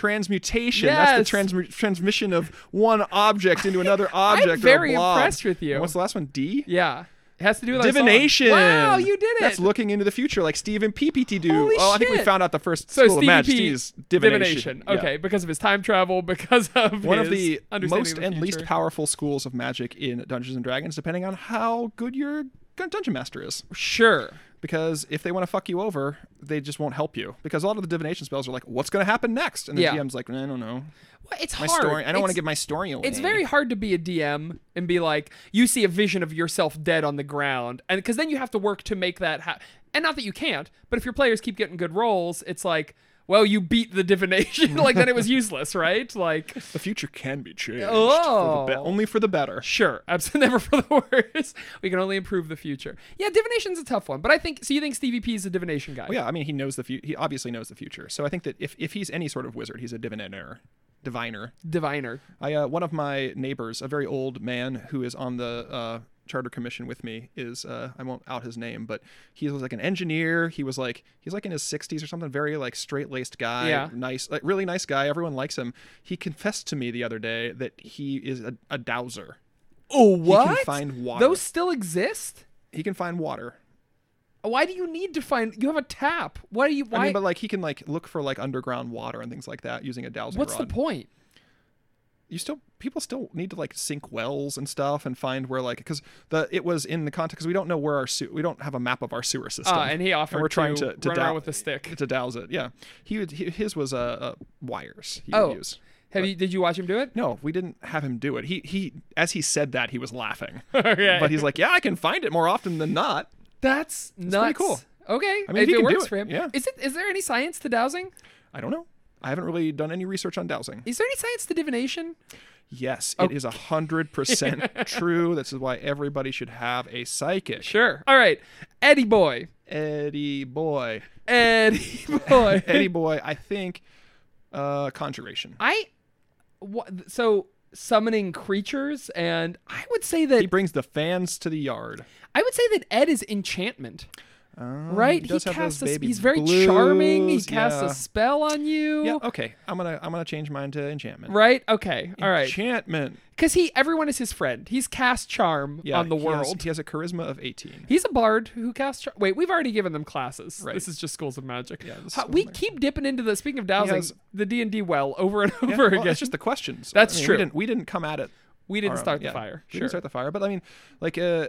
transmutation? Yes. That's the transmu- transmission of one object (laughs) into another object. or a very blob. impressed with you. And what's the last one? D. Yeah. It has to do with our song. Divination. Wow, you did it. That's looking into the future, like Stephen PPT do. Holy oh, I think we shit. found out the first so school of Stevie magic. P, D's divination. Yeah. Okay, because of his time travel, (laughs) because of One of his the understanding most of the and least future. powerful schools of magic in Dungeons and Dragons, depending on how good your dungeon master is. Sure. because if they want to fuck you over, they just won't help you. Because a lot of the divination spells are like, "What's going to happen next?" And the Yeah. DM's like, "I don't know. Well, it's My hard. story. I don't want It's- to give my story away." It's very hard to be a DM and be like, you see a vision of yourself dead on the ground, and because then you have to work to make that happen. And not that you can't, but if your players keep getting good rolls, it's like, well, you beat the divination. (laughs) like then it was useless, right? Like, The future can be changed. Oh. For the be- only for the better. sure, (laughs) absolutely never for the worse. We can only improve the future. Yeah, divination's a tough one, but I think. So you think Stevie P is a divination guy? Well, yeah, I mean, he knows the future. He obviously knows the future. So I think that if, if he's any sort of wizard, he's a diviner. Diviner. diviner. I uh, one of my neighbors, a very old man who is on the uh, charter commission with me, is uh, I won't out his name, but he was like an engineer. He was like he's like in his sixties or something, very like straight laced guy, Yeah. nice, like really nice guy. Everyone likes him. He confessed to me the other day that he is a, a dowser. Oh, what? find water. Those still exist? He can find water. Why do you need to find? You have a tap. Why do you? Why? I mean, but like he can like look for like underground water and things like that using a dowsing what's rod. the point? you still people still need to like sink wells and stuff and find where like because the it was in the context we don't know where our sewer we don't have a map of our sewer system Ah, and he offered we're trying to to, to run around dou- with a stick. to douse it yeah he would he, his was uh, uh wires he Oh. would use Have you? Did you watch him do (laughs) it? no we didn't have him do it he he as he said that he was laughing (laughs) Okay. but he's like yeah I can find it more often than not That's nuts. cool. Okay. I mean, if if he it can do works it, for him, yeah. Is it? Is there any science to dowsing? I don't know I haven't really done any research on dowsing Is there any science to divination? yes it is a hundred percent (laughs) true this is why everybody should have a psychic Sure. All right, Eddie boy, Eddie boy (laughs) Eddie boy, Eddie Boy, I think uh conjuration. I. wha- so summoning creatures, and I would say that He brings the fans to the yard. I would say that Ed is enchantment. right? Oh, he does have casts those a, baby he's very charming. He blues, casts yeah. a spell on you. Yeah. Okay. I'm gonna I'm gonna change mine to enchantment. Right? Okay. All right. Enchantment. Because he, everyone is his friend. He's cast charm Yeah, on the he world. has- he has a charisma of (laughs) 18. He's a bard who casts. Char- Wait, we've already given them classes. Right. This is just schools of magic. Yeah, this Huh, is we like- keep dipping into the. Speaking of dowsing, has- the D and D well over and over Yeah, well, again. That's just the questions. That's I mean, true. We didn't, we didn't come at it. we didn't our own- start the yeah, fire. We sure. didn't start the fire, but I mean, like, uh,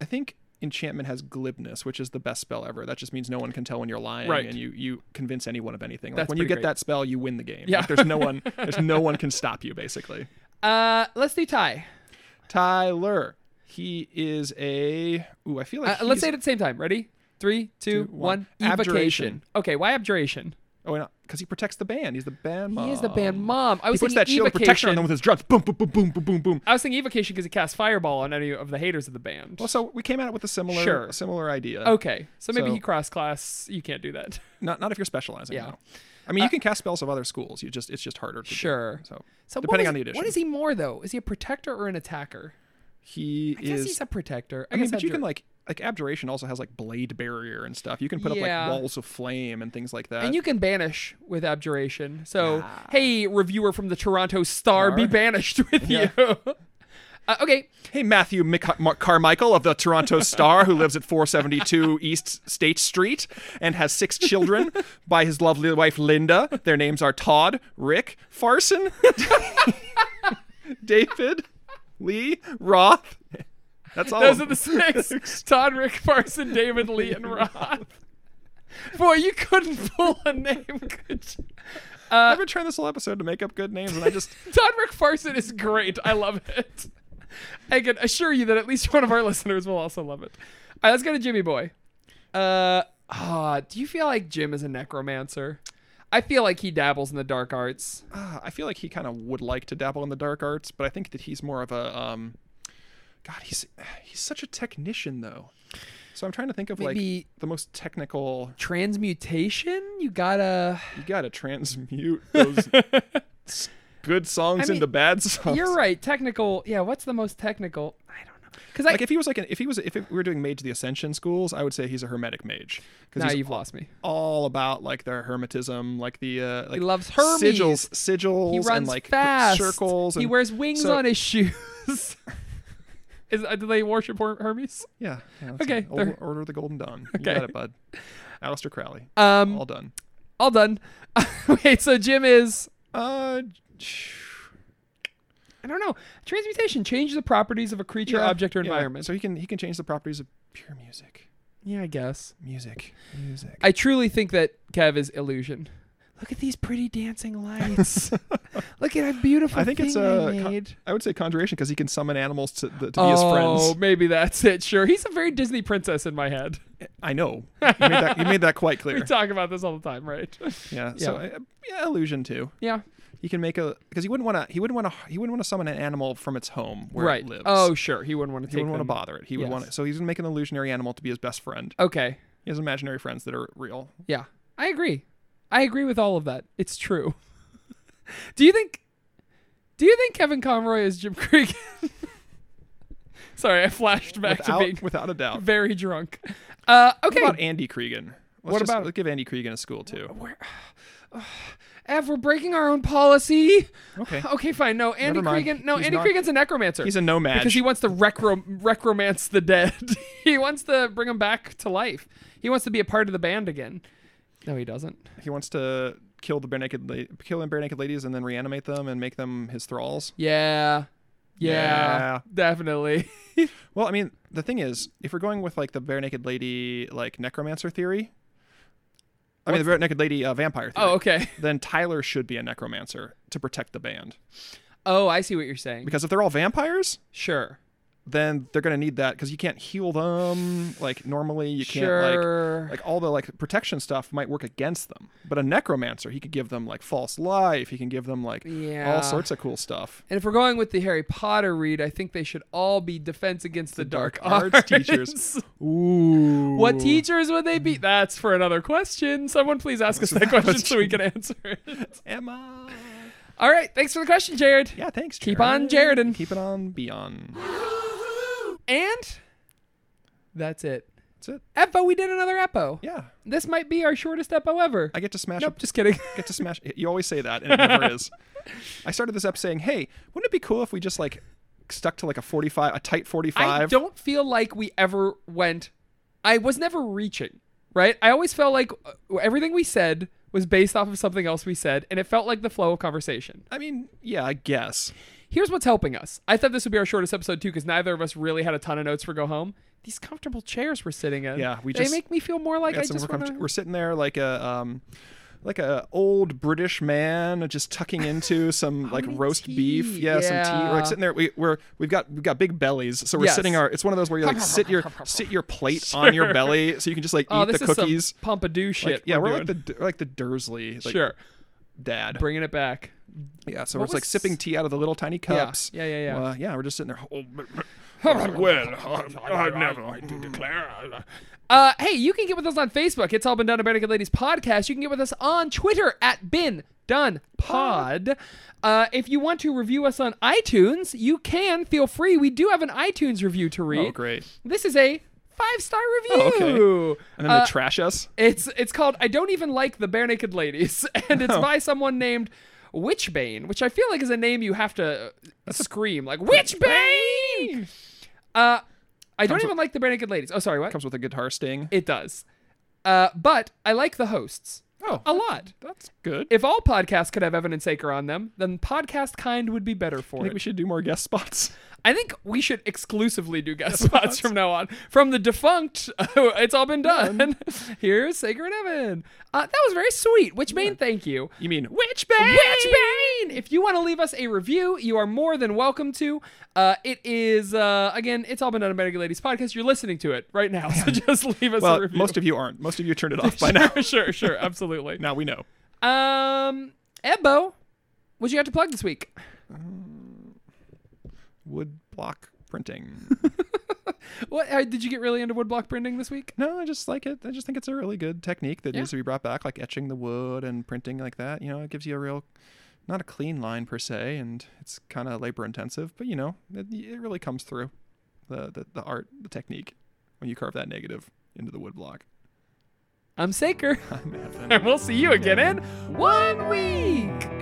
I think enchantment has glibness, which is the best spell ever. That just means no one can tell when you're lying, Right. and you you convince anyone of anything. Like That's when you pretty get great. that spell, you win the game. Yeah. Like, there's (laughs) no one. There's no one can stop you. Basically, uh, let's do tie. Tyler. He is a. Ooh, I feel (laughs) Uh, let's like. he's- say it at the same time. Ready? Three, two, Two, one. one. Evocation. Abjuration. Okay. Why abjuration? Oh, because he protects the band. He's the band mom. He is the band mom. I Um, He was thinking puts that shield of protection on evocation. them with his drugs. Boom, boom, boom, boom, boom, boom, boom. I was thinking evocation because he casts fireball on any of the haters of the band. Well, so we came at it with a similar, Sure. a similar idea. okay, so maybe so- he cross class. You can't do that. Not not if you're specializing. Yeah. Uh, no. I mean, you can cast spells of other schools. You just it's just harder. To do. Sure. So, So what depending is- on the edition, What is he more though? Is he a protector or an attacker? he I guess is. he's a protector. I, I mean, guess but you abjur- can like like abjuration also has like blade barrier and stuff. You can put Yeah. up like walls of flame and things like that. and you can banish with abjuration. So, hey, reviewer from the Toronto Star, be Star. banished with you. (laughs) uh, okay, hey, Matthew Mic- Mar- Carmichael of the Toronto Star, who lives at 472 East State Street and has six children by his lovely wife Linda. Their names are Todd, Rick, Farson, (laughs) David, Lee, Roth. That's all. of those are them. the (laughs) six: Todd, Rick, Farson, David, Lee, and Roth. Boy, you couldn't pull a name, could you? I've been trying this whole episode to make up good names, and I just (sighs) Todd Rick Farson is great. I love it. I can assure you that at least one of our listeners will also love it. All right, let's go to Jimmy Boy. Uh, ah, do you feel like Jim is a necromancer? I feel like he dabbles in the dark arts. ah, I feel like he kind of would like to dabble in the dark arts, but I think that he's more of a um, God, he's he's such a technician though. So I'm trying to think of Maybe- like the most technical. Transmutation? You gotta. You gotta transmute (laughs) those s- good songs mean, into bad songs. You're right. Technical. Yeah. What's the most technical? I don't know. Because Like if he was like an, if he was if we were doing Mage of the Ascension schools, I would say he's a hermetic mage because now he's you've lost me. all about like their hermetism, like the uh, like loves Hermes. sigils, sigils, He runs and like fast. circles. And he wears wings so- on his shoes. (laughs) is, uh, do they worship Her- Hermes? Yeah. yeah that's Okay, it. Ol- there- Order, of the Golden Dawn. You Okay. got it, bud. Aleister Crowley. Um, All done. all done. (laughs) Wait, so Jim is Uh, I don't know. Transmutation changes the properties of a creature, yeah, object, or yeah. environment. So he can he can change the properties of pure music. yeah, I guess. Music. Music. I truly think that Kev is illusion. Look at these pretty dancing (laughs) lights. Look at that beautiful I think thing it's I a. con- made. I would say conjuration because he can summon animals to the, to be his oh, friends. maybe that's it. Sure, he's a very Disney princess in my head. (laughs) I know. You made that, you made that quite We clear. talk about this all the time, right? (laughs) Yeah. So Yeah. I, yeah, illusion too. yeah. He can make a because he wouldn't want to. He wouldn't want to. He wouldn't want to summon an animal from its home where right. it lives. Oh, sure. He wouldn't want to. he wouldn't want to bother it. He would want Yes. to. So he's gonna make an illusionary animal to be his best friend. Okay. He has imaginary friends that are real. Yeah, I agree. I agree with all of that. It's true. (laughs) do you think? Do you think Kevin Conroy is Jim Cregan? (laughs) Sorry, I flashed back without, to being without a doubt. very drunk. Uh, okay, What about Andy Cregan? Let's What just- about- let's give Andy Cregan a school too? Ev, we're breaking our own policy. Okay. Okay, fine. No, Andy Never mind. Cregan. No, He's Andy not- Cregan's a necromancer. He's a nomad. because he wants to recro- recromance the dead. (laughs) he wants to bring them back to life. He wants to be a part of the band again. No, he doesn't. he wants to kill the bare naked la- kill the bare naked ladies and then reanimate them and make them his thralls. Yeah, yeah. Yeah. definitely. (laughs) (laughs) Well, I mean, the thing is, if we're going with like the bare naked lady like necromancer theory, I mean the bare naked lady uh, vampire theory. Oh, okay. Then Tyler should be a necromancer to protect the band Oh, I see what you're saying. because if they're all vampires, Sure. then they're gonna need that because you can't heal them like normally. You can't Sure. like like all the like protection stuff might work against them. But a necromancer, he could give them like false life. He can give them like Yeah. all sorts of cool stuff. And if we're going with the Harry Potter read, I think they should all be defense against the, dark, arts teachers. Ooh, (laughs) What teachers would they be? That's for another question. Someone please ask us that question so we can answer it. Emma? All right. Thanks for the question, Jared. Yeah, thanks. Keep on Jaredin. Keep it on beyond. And that's it. That's it. Epo, we did another Epo. Yeah. This might be our shortest Epo ever. I get to smash nope, up. just kidding. get to smash. You always say that, and it never (laughs) is. I started this up saying, "Hey, wouldn't it be cool if we just like stuck to like a forty-five, a tight forty-five? I don't feel like we ever went. I was never reaching, right? I always felt like uh, everything we said was based off of something else we said, and it felt like the flow of conversation. I mean, yeah, I guess. Here's what's helping us. I thought this would be our shortest episode too, because neither of us really had a ton of notes for go home. These comfortable chairs we're sitting in, Yeah, we they just- make me feel more like I Got some just more want comfort- to. We're sitting there like a um, like a old British man just (laughs) tucking into some like need roast tea. beef. Yeah, some tea. We're Yeah. like sitting there. We, we're we've got we've got big bellies, so we're Yes. sitting our. It's one of those where you like sit your (laughs) sit your plate on your belly, so you can just like Oh, eat the this is cookies. some Pompadour shit. Like, yeah, we're, doing. like the D- like the Dursley like, sure, dad. bringing it back. Yeah, so What we're just like was- sipping tea out of the little tiny cups. yeah, yeah, yeah. Uh, yeah, we're just sitting there. Oh, but- but- Well, I, I never, I do declare. I- Uh, hey, you can get with us on Facebook. It's all been done a Bare Naked Ladies podcast. You can get with us on Twitter at bin done pod. Uh, if you want to review us on iTunes, you can. Feel free. We do have an iTunes review to read. Oh, great. This is a five star Oh, review. okay. And then Uh, they trash us. it's it's called I don't even like the bare naked ladies, (laughs) and Oh. it's by someone named Witchbane, which I feel like is a name you have to scream like Witchbane. Uh, I don't even like the bare naked ladies. Oh, sorry, what? Comes with a guitar sting. It does. Uh, but I like the hosts oh, a lot. that's good. If all podcasts could have Evan and Saker on them, then podcast kind would be better I for think it. we should do more guest spots. I think we should exclusively do guest spots from now on. From the defunct, (laughs) it's all been done. (laughs) Here's Saker and Evan. Uh, that was very sweet. Which Bane, thank you. You mean Which Bane? Which Bane? If you want to leave us a review, you are more than welcome to. Uh, it is uh, again, it's all been done on Medical Ladies podcast. You're listening to it right (laughs) now, so (laughs) just leave us a Well, review. most of you aren't. Most of you turned it off (laughs) by now. (laughs) sure, sure, absolutely. Now we know. Um, Ebbo, what you got to plug this week? Wood block printing. What uh, did you get really into woodblock printing this week? no, I just like it. I just think it's a really good technique that Yeah. needs to be brought back, like etching the wood and printing like that. You know, it gives you a real, not a clean line per se, and it's kind of labor intensive, but you know, it, it really comes through the, the, the art, the technique when you carve that negative into the wood (laughs) block. I'm Saker, (laughs) I'm Evan. and we'll see you again in one week.